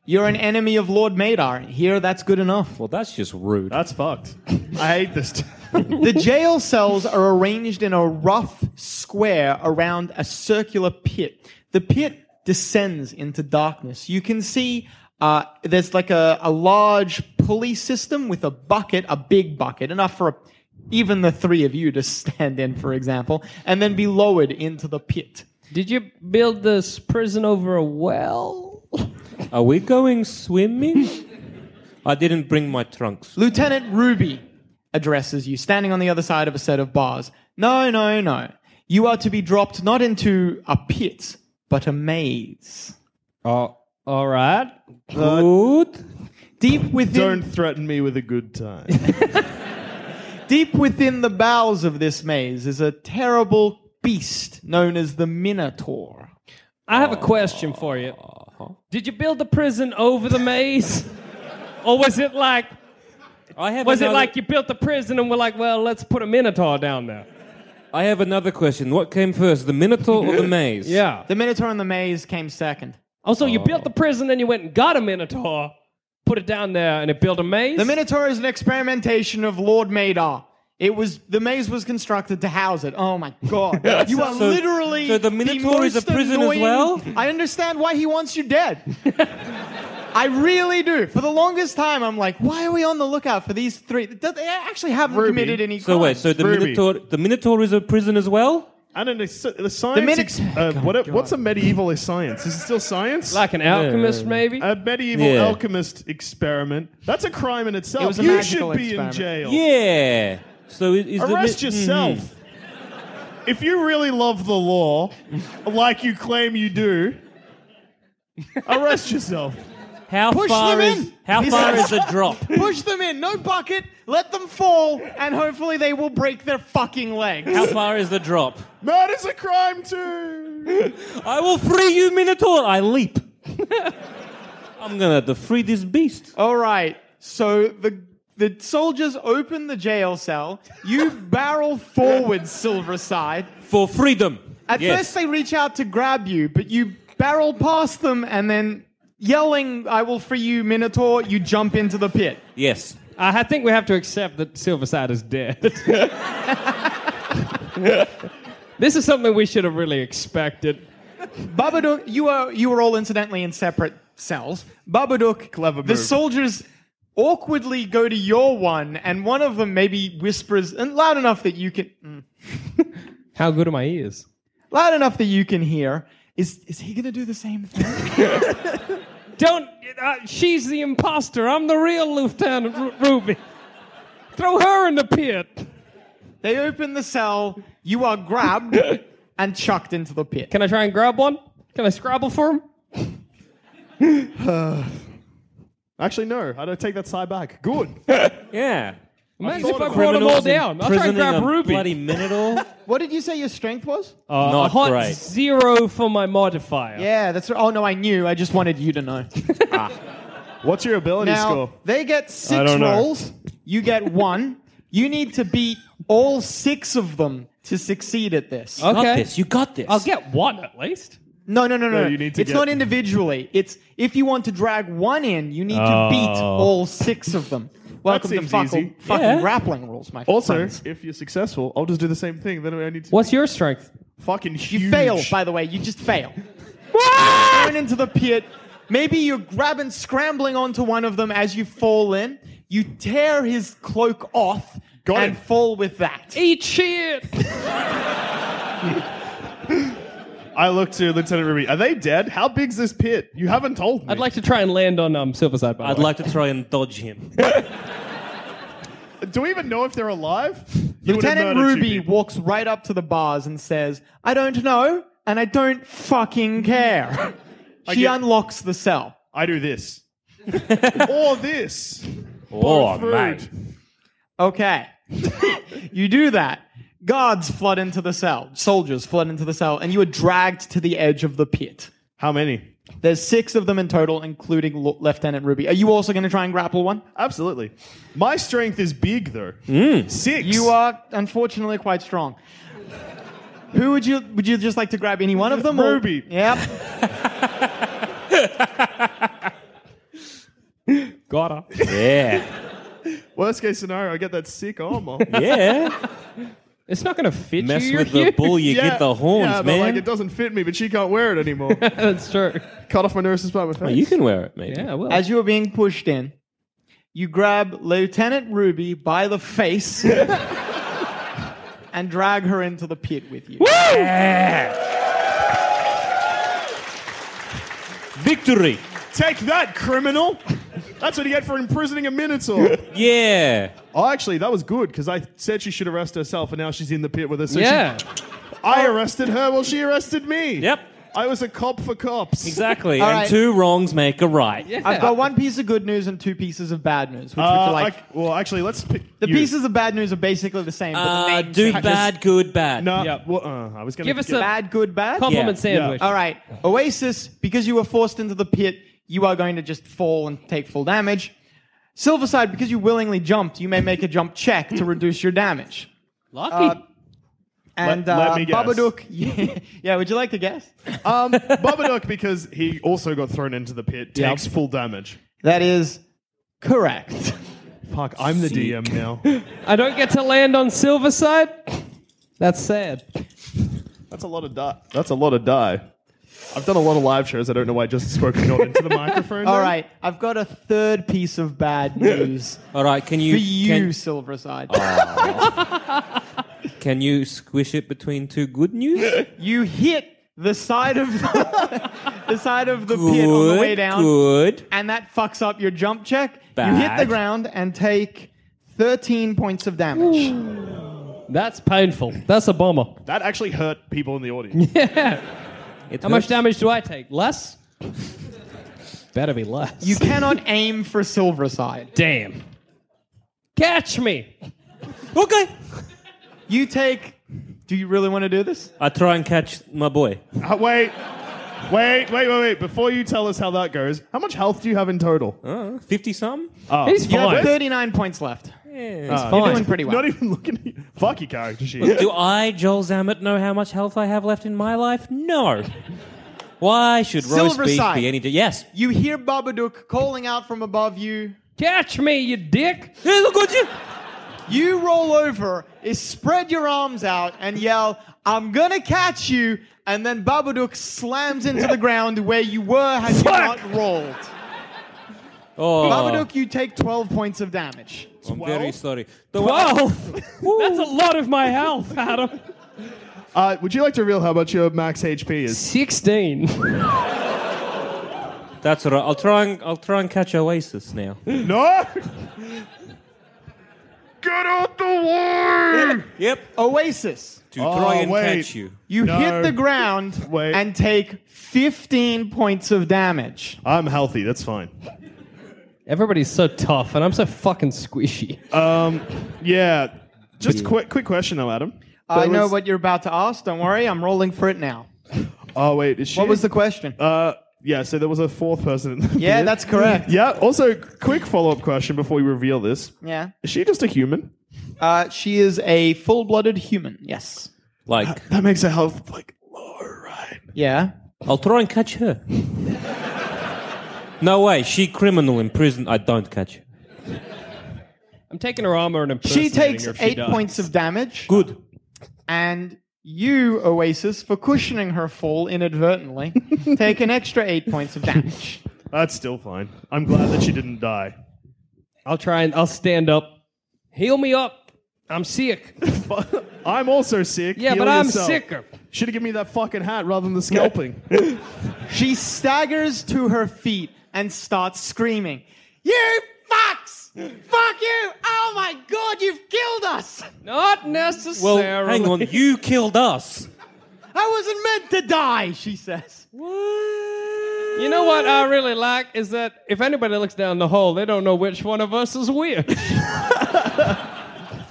Speaker 2: You're an enemy of Lord Madar. Here, that's good enough.
Speaker 3: Well, that's just rude.
Speaker 4: That's fucked. I hate this.
Speaker 2: The jail cells are arranged in a rough square around a circular pit. The pit descends into darkness. You can see uh, there's like a, a large pulley system with a bucket, a big bucket, enough for a, even the three of you to stand in, for example, and then be lowered into the pit.
Speaker 5: Did you build this prison over a well?
Speaker 3: Are we
Speaker 2: [LAUGHS]
Speaker 3: going swimming? I didn't bring my trunks.
Speaker 2: Lieutenant Ruby addresses you, standing on the other side of a set of bars. No, no, no. You are to be dropped not into a pit, but a maze.
Speaker 5: Oh, all right.
Speaker 3: Good.
Speaker 2: Deep within,
Speaker 4: Don't threaten me with a good time.
Speaker 2: deep within the bowels of this maze is a terrible beast known as the Minotaur.
Speaker 5: I have a question for you. Did you build the prison over the maze? or was it like
Speaker 3: I have
Speaker 5: was it
Speaker 3: another-
Speaker 5: like you built the prison and we're like, well, let's put a minotaur down there?
Speaker 3: I have another question. What came first, the Minotaur or
Speaker 2: [LAUGHS]
Speaker 3: the maze?
Speaker 5: Yeah.
Speaker 2: The Minotaur and the maze came second.
Speaker 5: Also, you built the prison, then you went and got a minotaur, put it down there, and it built a maze.
Speaker 2: The Minotaur is an experimentation of Lord Madar. It was the maze was constructed to house it. Oh my
Speaker 3: [LAUGHS]
Speaker 2: god! You are
Speaker 3: So-
Speaker 2: literally
Speaker 3: so the Minotaur is a
Speaker 2: most
Speaker 3: prison as
Speaker 2: annoying-
Speaker 3: well?
Speaker 2: I understand why he wants you dead.
Speaker 3: [LAUGHS]
Speaker 2: I really do. For the longest time, I'm like, why are we on the lookout for these three? They actually haven't
Speaker 4: Ruby.
Speaker 2: committed any.
Speaker 3: So
Speaker 2: crime.
Speaker 3: wait, so the
Speaker 4: Ruby.
Speaker 3: Minotaur, the Minotaur is a prison as well?
Speaker 4: And an ex- the
Speaker 2: The
Speaker 4: science.
Speaker 2: mini-
Speaker 4: ex- uh, what, what's a medieval science? Is it still science?
Speaker 5: like an alchemist,
Speaker 3: Yeah.
Speaker 5: maybe?
Speaker 4: a medieval
Speaker 3: Yeah.
Speaker 4: alchemist experiment. That's a crime in itself.
Speaker 2: It was a
Speaker 4: you
Speaker 2: magical
Speaker 4: should be
Speaker 2: experiment. Mm-hmm.
Speaker 4: in jail.
Speaker 3: Yeah. So is, is
Speaker 4: Arrest
Speaker 3: the mi-
Speaker 4: yourself.
Speaker 3: Mhm.
Speaker 4: If you really love the law, like you claim you do, arrest yourself.
Speaker 3: Hmm. How
Speaker 2: Push
Speaker 3: far
Speaker 2: them
Speaker 3: is
Speaker 2: in.
Speaker 3: how
Speaker 2: He
Speaker 3: far
Speaker 2: says-
Speaker 3: is the
Speaker 2: [LAUGHS]
Speaker 3: drop?
Speaker 2: Push them in, no bucket. Let them fall, and hopefully they will break their fucking legs.
Speaker 3: How far is the drop?
Speaker 4: Murder's a crime too.
Speaker 3: I will free you, Minotaur. I leap. [LAUGHS] I'm gonna have to free this beast.
Speaker 2: All right. So the the soldiers open the jail cell. You barrel forward, Silverside.
Speaker 3: For freedom.
Speaker 2: At
Speaker 3: yes.
Speaker 5: uh,
Speaker 2: first, they reach out to grab you, but you barrel past them and then, yelling, "I will free you, Minotaur!" You jump into the pit.
Speaker 3: Yes.
Speaker 5: I think we have to accept that Silverside is dead. [LAUGHS] this is something we should have really expected.
Speaker 2: Babadook, you are you were all incidentally in separate cells. Babadook,
Speaker 4: Clever
Speaker 2: The
Speaker 4: move.
Speaker 2: soldiers awkwardly go to your one, and one of them maybe whispers and loud enough that you can. mm.
Speaker 5: How good are my ears?
Speaker 2: loud enough that you can hear. Is is he gonna do the same [LAUGHS] thing?
Speaker 5: Don't. Uh, she's the imposter. I'm the real Lieutenant Ru- Ruby. Throw her in the pit.
Speaker 2: they open the cell. You are [LAUGHS] grabbed and chucked into the pit.
Speaker 5: Can I try and grab one? Can I scrabble for him?
Speaker 4: Actually, no. I don't take that side back. Good.
Speaker 3: Yeah.
Speaker 5: Imagine if
Speaker 4: thought
Speaker 5: I
Speaker 4: of
Speaker 5: brought them all
Speaker 3: Criminals
Speaker 5: down. I'll try and
Speaker 3: imprisoning
Speaker 5: grab
Speaker 3: a
Speaker 5: Ruby.
Speaker 3: Bloody [LAUGHS]
Speaker 5: [LAUGHS]
Speaker 3: Minotaur.
Speaker 2: What did you say your strength was?
Speaker 3: Not
Speaker 5: a hot
Speaker 3: great.
Speaker 5: zero for my modifier.
Speaker 2: Oh. yeah, that's. Oh no, I knew. I just wanted you to [LAUGHS] know.
Speaker 4: What's your ability
Speaker 2: now
Speaker 4: score?
Speaker 2: they get
Speaker 4: I
Speaker 2: six
Speaker 4: don't know.
Speaker 2: rolls. You get one. You need to beat all six of them to succeed at this.
Speaker 3: You got
Speaker 5: Okay.
Speaker 3: this. You got this.
Speaker 5: I'll get one at least.
Speaker 2: No, no, no, no.
Speaker 4: No, you need to
Speaker 2: it's
Speaker 4: get-
Speaker 2: not individually. It's if you want to drag one in, you need to beat all six of them. Welcome to
Speaker 4: Oh. seems
Speaker 2: fucking,
Speaker 4: easy.
Speaker 2: fucking
Speaker 3: Yeah.
Speaker 2: grappling rules, my
Speaker 4: Also,
Speaker 2: friends.
Speaker 4: if you're successful, I'll just do the same thing. Then I need to
Speaker 5: What's your strength?
Speaker 4: fucking huge.
Speaker 2: You fail, by the way. You just
Speaker 4: [LAUGHS]
Speaker 2: fail. Going into the pit. Maybe you're grabbing, scrambling onto one of them as you fall in. You tear his cloak off
Speaker 4: Got
Speaker 2: and
Speaker 4: it.
Speaker 2: fall with that.
Speaker 5: Eat shit.
Speaker 3: [LAUGHS]
Speaker 4: I look to Lieutenant Ruby. Are they dead? How big's this pit? You haven't told me.
Speaker 5: I'd like to try and land on um, Silverside. By the
Speaker 3: I'd
Speaker 5: way.
Speaker 3: like to try and dodge
Speaker 5: [LAUGHS]
Speaker 3: him.
Speaker 4: Do we even know if they're alive? You would have
Speaker 2: Lieutenant
Speaker 4: murdered two
Speaker 2: Ruby
Speaker 4: people.
Speaker 2: walks right up to the bars and says, I don't know, and I don't fucking care.
Speaker 4: [LAUGHS]
Speaker 2: she
Speaker 4: get-
Speaker 2: unlocks the cell.
Speaker 4: I do this. or this.
Speaker 3: oh,
Speaker 4: Food.
Speaker 3: mate.
Speaker 2: Okay. [LAUGHS] you do that. Guards flood into the cell, soldiers flood into the cell, and you are dragged to the edge of the pit.
Speaker 4: How many?
Speaker 2: There's six of them in total, including Lo- Lieutenant Ruby. Are you also going to try and grapple one?
Speaker 4: Absolutely. My strength is big, though. Six.
Speaker 2: You are unfortunately quite strong. Who would you would you just like to grab any one of them? or-
Speaker 4: Ruby.
Speaker 2: Yep.
Speaker 5: Got her. [LAUGHS]
Speaker 3: Yeah.
Speaker 4: Worst case scenario, I get that sick armor.
Speaker 3: Yeah.
Speaker 5: It's not going to fit
Speaker 3: Mess
Speaker 5: [LAUGHS] you.
Speaker 3: with
Speaker 5: you're
Speaker 3: the bull, you
Speaker 4: Yeah,
Speaker 3: get the horns,
Speaker 4: yeah,
Speaker 3: man.
Speaker 4: But, like, it doesn't fit me, but she can't wear it anymore.
Speaker 5: huge. That's true.
Speaker 4: Cut off my nurse's part with her.
Speaker 3: you can wear it, maybe.
Speaker 5: Yeah, well.
Speaker 2: As you are being pushed in, you grab Lieutenant Ruby by the face and drag her into the pit with you.
Speaker 3: Victory.
Speaker 4: Take that, criminal! That's what you get for imprisoning a minotaur.
Speaker 3: Yeah.
Speaker 4: oh, actually, that was good because I said she should arrest herself, and now she's in the pit with us. So she-
Speaker 5: yeah.
Speaker 4: I arrested her while she arrested me.
Speaker 3: Yep.
Speaker 4: I was a cop for cops.
Speaker 3: Exactly.
Speaker 2: All
Speaker 3: and
Speaker 2: right.
Speaker 3: two wrongs make a right.
Speaker 2: I've got one piece of good news and two pieces of bad news. Which would
Speaker 4: Uh,
Speaker 2: you like?
Speaker 4: I- well, actually, let's pick
Speaker 2: the
Speaker 4: you.
Speaker 2: pieces of bad news are basically the same. But the
Speaker 3: Uh,
Speaker 2: names
Speaker 3: do
Speaker 2: change.
Speaker 3: bad, good, bad.
Speaker 4: No,
Speaker 5: Yep.
Speaker 4: well, uh, I was gonna
Speaker 5: Give us
Speaker 4: get-
Speaker 5: a-
Speaker 2: bad, good, bad.
Speaker 5: Compliment
Speaker 3: Yeah.
Speaker 5: sandwich.
Speaker 2: All right, Oasis. Because you were forced into the pit, you are going to just fall and take full damage. Silverside, because you willingly jumped, you may make a jump check to reduce your damage.
Speaker 3: Uh,
Speaker 5: Lucky.
Speaker 2: And
Speaker 4: Let-
Speaker 2: uh,
Speaker 4: let me guess.
Speaker 2: Babadook. [LAUGHS] yeah, would you like to guess?
Speaker 5: [LAUGHS]
Speaker 4: um, Babadook because he also got thrown into the pit takes full damage.
Speaker 2: That is correct. [LAUGHS]
Speaker 4: Fuck, I'm the DM now.
Speaker 5: I don't get to land on Silverside. That's sad.
Speaker 4: That's a lot of die. That's a lot of die. I've done a lot of live shows. I don't know why I just spoke [LAUGHS] not into the microphone.
Speaker 2: All
Speaker 4: there.
Speaker 2: right, I've got a third piece of bad news
Speaker 3: All right. Can
Speaker 2: for
Speaker 3: you
Speaker 2: you,
Speaker 3: Can,
Speaker 2: Silverside.
Speaker 3: can you squish it between two
Speaker 2: [LAUGHS]
Speaker 3: good news?
Speaker 2: You hit the side of the, [LAUGHS] the side of the pit on the way
Speaker 3: Good,
Speaker 2: down,
Speaker 3: Good.
Speaker 2: and that fucks up your jump check. You hit
Speaker 3: Bad.
Speaker 2: the ground and take thirteen points of damage.
Speaker 5: That's painful. That's a bomber.
Speaker 4: That actually hurt people in the audience. [LAUGHS]
Speaker 3: It
Speaker 5: How much
Speaker 3: hurts.
Speaker 5: damage do I take? Less? Better be less.
Speaker 2: You cannot aim for Silverside.
Speaker 5: Damn. Catch me.
Speaker 3: Okay.
Speaker 2: You take. Do you really want to do this?
Speaker 3: I try and catch my boy.
Speaker 4: Uh, wait, wait, wait, wait, wait. Before you tell us how that goes, how much health do you have in total?
Speaker 3: Uh,
Speaker 2: [LAUGHS]
Speaker 3: 50 some?
Speaker 5: He's
Speaker 2: You have
Speaker 5: fine.
Speaker 2: thirty-nine points left. You're doing
Speaker 5: fine.
Speaker 2: pretty well.
Speaker 4: Not even looking at you. Fuck your character sheet.
Speaker 3: Do I, Joel Zammett, know how much health I have left in my life? No. Why should roast beef
Speaker 2: Silverside.
Speaker 3: be any... Yes.
Speaker 2: You hear Babadook calling out from above you.
Speaker 5: Catch me, you dick.
Speaker 3: Hey, look at you.
Speaker 2: You roll over, is spread your arms out, and yell, I'm gonna catch you. And then Babadook slams into the ground where you were had you
Speaker 4: Fuck! Uh.
Speaker 2: not rolled.
Speaker 3: Oh,
Speaker 2: Babadook, you take 12 points of damage.
Speaker 3: I'm very sorry. The
Speaker 5: Well, that's a lot of my health, Adam.
Speaker 4: [LAUGHS] Uh, would you like to reveal how much your max HP is?
Speaker 5: 16.
Speaker 3: That's all right. I'll try and I'll try and catch Oasis now.
Speaker 4: [LAUGHS]
Speaker 2: Hmm.
Speaker 4: no. Get out the way.
Speaker 3: yep.
Speaker 2: Oasis,
Speaker 3: To
Speaker 4: Oh,
Speaker 3: try and
Speaker 4: wait.
Speaker 3: catch you.
Speaker 2: you
Speaker 4: No.
Speaker 2: hit the ground
Speaker 4: Wait.
Speaker 2: and take 15 points of damage.
Speaker 4: I'm healthy. That's fine.
Speaker 5: Everybody's so tough, and I'm so fucking squishy.
Speaker 4: Yeah. Just quick, quick question though, Adam.
Speaker 2: I
Speaker 4: There
Speaker 2: know
Speaker 4: was-
Speaker 2: what you're about to ask. Don't worry, I'm rolling for it now.
Speaker 4: Oh wait, is she?
Speaker 2: What was the question?
Speaker 4: Uh, Yeah, so there was a fourth person in the
Speaker 2: Yeah,
Speaker 4: beard.
Speaker 2: that's correct.
Speaker 4: [LAUGHS] Yeah, also, quick follow up question before we reveal this.
Speaker 2: Yeah.
Speaker 4: Is she just a human?
Speaker 2: Uh, she is a full blooded human. Yes.
Speaker 3: Like,
Speaker 4: That makes her health, like, lower, right?
Speaker 2: Yeah.
Speaker 3: I'll try and catch her. no way, she criminal in prison. I don't catch her.
Speaker 5: I'm taking her armor and impersonating
Speaker 2: She takes
Speaker 5: her if she
Speaker 2: eight
Speaker 5: dies.
Speaker 2: points of damage.
Speaker 3: Good.
Speaker 2: And you, Oasis, for cushioning her fall inadvertently, take an extra eight points of damage.
Speaker 4: That's still fine. I'm glad that she didn't die.
Speaker 5: I'll try and I'll stand up. Heal me up. I'm sick.
Speaker 4: I'm also sick.
Speaker 5: Yeah,
Speaker 4: Heal
Speaker 5: but I'm
Speaker 4: yourself.
Speaker 5: sicker.
Speaker 4: Should have given me that fucking hat rather than the scalping.
Speaker 2: She staggers to her feet and starts screaming, You fucks! Fuck you! Oh my god, you've killed us!
Speaker 5: Not
Speaker 3: Well,
Speaker 5: necessarily.
Speaker 3: hang on, you killed us.
Speaker 2: I wasn't meant to die, she says.
Speaker 5: You know what I really like is that if anybody looks down the hole, they don't know which one of us is weird.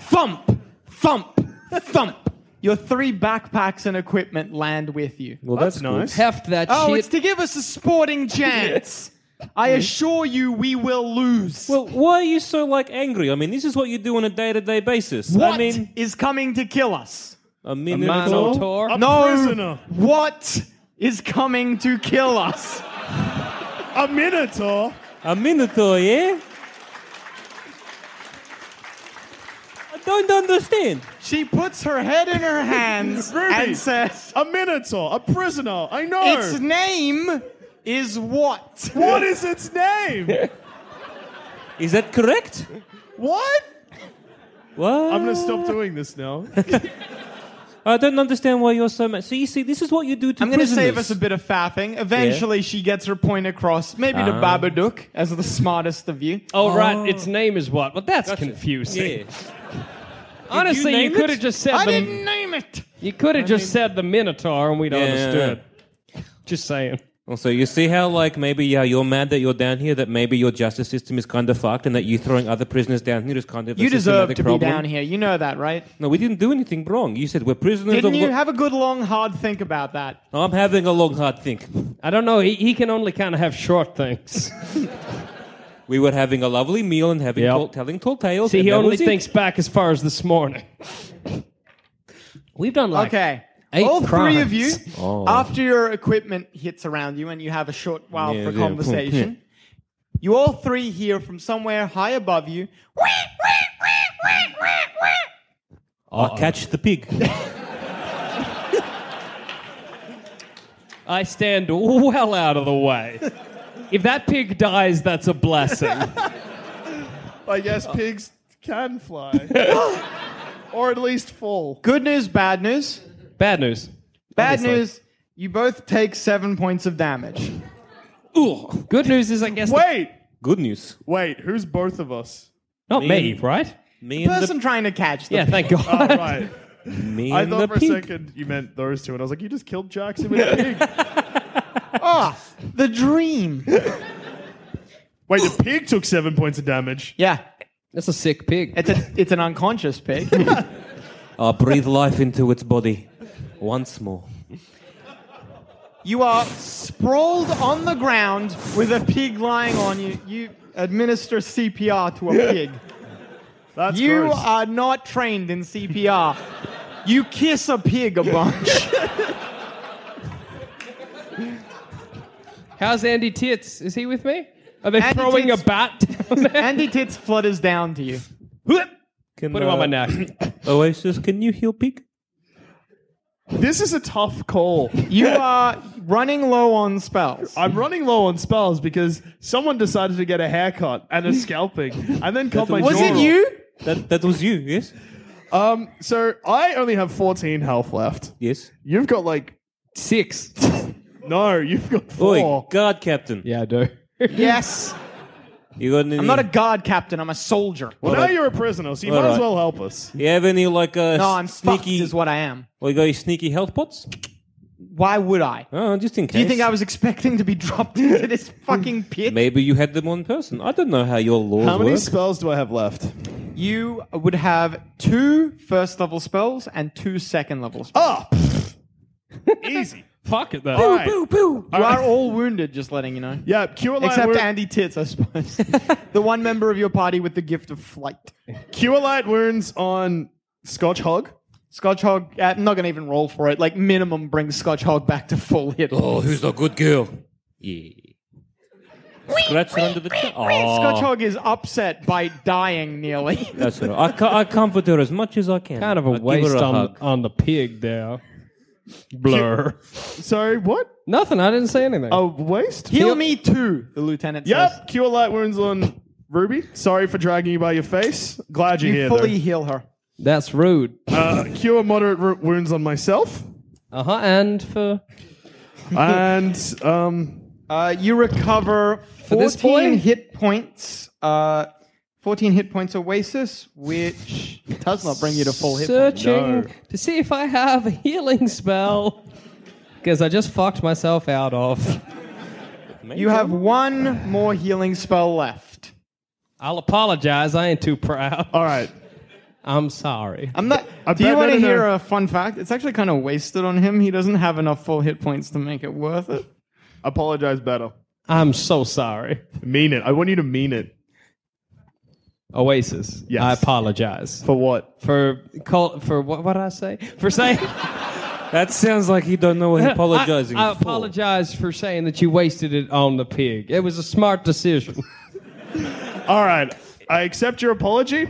Speaker 2: Thump! Thump! Thump! Your three backpacks and equipment land with you.
Speaker 3: Well,
Speaker 4: That's
Speaker 3: that's,
Speaker 4: nice.
Speaker 5: Heft that
Speaker 2: Oh,
Speaker 5: shit.
Speaker 2: it's to give us a sporting chance. I assure you, we will lose.
Speaker 3: Well, why are you so like angry? I mean, this is what you do on a day-to-day basis.
Speaker 2: What is
Speaker 3: I mean,
Speaker 2: coming to kill us?
Speaker 3: a minute
Speaker 5: man
Speaker 3: ago-
Speaker 5: on tour.
Speaker 4: A
Speaker 2: No.
Speaker 4: prisoner.
Speaker 2: What is coming to kill us?
Speaker 4: A minotaur.
Speaker 3: A minotaur, yeah? I don't understand.
Speaker 2: She puts her head in her [LAUGHS] hands
Speaker 4: Ruby.
Speaker 2: and says,
Speaker 4: A minotaur. A prisoner. I know.
Speaker 2: Its name is what?
Speaker 4: what is its name?
Speaker 3: Is that correct?
Speaker 4: what?
Speaker 3: What?
Speaker 4: I'm gonna stop doing this now.
Speaker 3: I don't understand why you're so mad. So you see, this is what you do to
Speaker 2: I'm going to
Speaker 3: prisoners.
Speaker 2: save us a bit of faffing. Eventually, she gets her point across, maybe to
Speaker 3: Ah.
Speaker 2: Babadook, as the smartest of you.
Speaker 5: oh, right. Its name is what? Well, that's confusing.
Speaker 3: Yeah.
Speaker 5: Honestly,
Speaker 3: you
Speaker 5: you,
Speaker 3: name
Speaker 5: could
Speaker 3: it?
Speaker 5: have just said
Speaker 2: I
Speaker 5: the,
Speaker 2: didn't name it.
Speaker 5: you could have just said the Minotaur and we'd
Speaker 3: Yeah.
Speaker 5: understood. Just saying.
Speaker 3: Also, you see how, like, maybe yeah, you're mad that you're down here, that maybe your justice system is kind of fucked, and that you throwing other prisoners down here is kind of a
Speaker 2: You deserve
Speaker 3: systematic
Speaker 2: to be
Speaker 3: problem.
Speaker 2: down here. You know that, right?
Speaker 3: No, we didn't do anything wrong. You said we're prisoners
Speaker 2: Didn't
Speaker 3: of.
Speaker 2: you
Speaker 3: lo-
Speaker 2: have a good long hard think about that?
Speaker 3: I'm having a long hard think.
Speaker 5: I don't know. He, he can only kind of have short things.
Speaker 3: We were having a lovely meal and having
Speaker 5: Yep.
Speaker 3: tall, telling tall tales.
Speaker 5: See,
Speaker 3: and
Speaker 5: he
Speaker 3: that
Speaker 5: only
Speaker 3: was it.
Speaker 5: thinks back as far as this morning. We've done like
Speaker 2: Okay.
Speaker 5: eight
Speaker 2: All three of
Speaker 5: crimes.
Speaker 2: you,
Speaker 3: Oh.
Speaker 2: after your equipment hits around you and you have a short while
Speaker 3: Yeah,
Speaker 2: for
Speaker 3: yeah,
Speaker 2: conversation, you all three hear from somewhere high above you.
Speaker 3: I'll catch the pig.
Speaker 5: I stand well out of the way. if that pig dies, that's a blessing.
Speaker 4: I guess pigs can fly, or at least fall.
Speaker 2: Good news, bad news.
Speaker 5: Bad news.
Speaker 2: Bad news, you both take seven points of
Speaker 3: [LAUGHS]
Speaker 2: damage.
Speaker 5: Ooh. Good news is, I guess, the-
Speaker 4: Wait,
Speaker 3: Good news.
Speaker 4: wait. Who's both of us?
Speaker 5: not me,
Speaker 3: Me.
Speaker 5: right?
Speaker 3: Me and
Speaker 2: Person trying to catch them.
Speaker 5: Yeah, thank God.
Speaker 4: Oh, right.
Speaker 3: the me
Speaker 4: I
Speaker 3: and the
Speaker 4: thought for a
Speaker 3: pig.
Speaker 4: second you meant those two, and I was like, you just killed Jackson with a pig.
Speaker 2: Ah, [LAUGHS] the dream.
Speaker 4: Wait, the pig took seven points of damage.
Speaker 2: Yeah,
Speaker 5: [LAUGHS] That's a sick pig.
Speaker 2: it's, a, it's an unconscious
Speaker 3: [LAUGHS]
Speaker 2: pig.
Speaker 3: I'll breathe life into its body once more.
Speaker 2: You are sprawled on the ground with a pig lying on you. You administer CPR to a pig.
Speaker 4: That's
Speaker 2: you
Speaker 4: gross.
Speaker 2: are not trained in CPR. you kiss a pig a
Speaker 4: [LAUGHS]
Speaker 2: bunch.
Speaker 5: How's Andy Tits? Is he with me? Are they
Speaker 2: Andy
Speaker 5: throwing
Speaker 2: Tits-
Speaker 5: a bat down there?
Speaker 2: Andy Tits flutters down to you.
Speaker 3: Can,
Speaker 5: Put him on
Speaker 3: uh,
Speaker 5: my neck.
Speaker 3: Oasis, can you heal pig?
Speaker 4: This is a tough call.
Speaker 2: You are running low on spells.
Speaker 4: I'm running low on spells because someone decided to get a haircut and a scalping, and then cut my
Speaker 2: Was
Speaker 4: jaw
Speaker 2: it
Speaker 4: off.
Speaker 2: you?
Speaker 3: That that was you, yes?
Speaker 4: Um, so I only have 14 health left.
Speaker 3: Yes.
Speaker 4: You've got like
Speaker 5: Six.
Speaker 4: no, you've got
Speaker 3: Oi,
Speaker 4: four.
Speaker 3: guard captain.
Speaker 5: Yeah, I do.
Speaker 2: Yes.
Speaker 3: You got any?
Speaker 2: I'm not a guard captain, I'm a soldier.
Speaker 4: well, now you're a prisoner, so you
Speaker 3: All
Speaker 4: might as
Speaker 3: right.
Speaker 4: well help us.
Speaker 3: You have any like uh,
Speaker 2: No, I'm fucked
Speaker 3: sneaky?
Speaker 2: is what I am.
Speaker 3: Well, you got any sneaky health pots?
Speaker 2: Why would I?
Speaker 3: Oh, just in case.
Speaker 2: Do you think I was expecting to be dropped
Speaker 4: [LAUGHS]
Speaker 2: into this fucking pit?
Speaker 3: Maybe you had them on person. I don't know how your laws
Speaker 4: How many
Speaker 3: work.
Speaker 4: spells do I have left?
Speaker 2: You would have
Speaker 4: Oh,
Speaker 2: two first level spells and two second level spells.
Speaker 4: Ah, easy.
Speaker 5: Pocket that.
Speaker 4: All right.
Speaker 3: boo.
Speaker 2: You are all wounded, just letting you know.
Speaker 4: Yeah, cure light.
Speaker 2: Except
Speaker 4: wound-
Speaker 2: Andy Tits, I suppose. [LAUGHS] the one member of your party with the gift of flight.
Speaker 4: cure light wounds on Scotch Hog.
Speaker 2: Scotch Hog, uh, I'm not going to even roll for it. Like, minimum bring Scotch Hog back to full hit.
Speaker 3: Oh, who's the good girl? Yeah. Scratch her under the chin. Oh,
Speaker 2: Scotch Hog is upset by dying
Speaker 4: [LAUGHS]
Speaker 2: nearly.
Speaker 3: that's all right. I, co- I comfort her as much as I can.
Speaker 5: Kind of a
Speaker 3: I give her
Speaker 5: waste on,
Speaker 3: hug.
Speaker 5: on the pig there. Blur.
Speaker 4: So what?
Speaker 5: Nothing. I didn't say anything.
Speaker 4: A waste?
Speaker 2: Heal me too, the lieutenant says.
Speaker 4: Yep. Cure light wounds on Ruby. Sorry for dragging you by your face. Glad you're
Speaker 2: You
Speaker 4: here.
Speaker 2: fully heal her.
Speaker 5: That's rude.
Speaker 4: though. Uh, cure moderate ru- wounds
Speaker 2: [LAUGHS]
Speaker 4: on myself.
Speaker 5: Uh huh. And for
Speaker 4: And um,
Speaker 2: Uh, you recover
Speaker 5: this
Speaker 2: 14
Speaker 5: boy?
Speaker 2: hit points. Uh, 14 hit points Oasis, which does not bring you to full hit points.
Speaker 5: searching to see if I have a healing spell. Because I just fucked myself out of.
Speaker 2: You have one more healing spell left.
Speaker 5: I'll apologize. I ain't too proud.
Speaker 4: all right.
Speaker 5: I'm sorry.
Speaker 2: I'm not. do
Speaker 4: bet-
Speaker 2: you
Speaker 4: no,
Speaker 2: want to
Speaker 4: no, no.
Speaker 2: hear a fun fact? It's actually kind of wasted on him. He doesn't have enough full hit points to make it worth it.
Speaker 4: Apologize better.
Speaker 5: I'm so sorry.
Speaker 4: Mean it. I want you to mean it.
Speaker 5: Oasis.
Speaker 4: Yes.
Speaker 5: I apologize
Speaker 4: For what?
Speaker 5: for call, for what, what did I say? For saying
Speaker 3: That sounds like he don't
Speaker 2: [LAUGHS]
Speaker 3: know what he's apologizing
Speaker 5: [LAUGHS] I, I
Speaker 3: for.
Speaker 5: apologize for saying that you wasted it on the pig. It was a smart decision. [LAUGHS]
Speaker 4: All right. I accept your apology.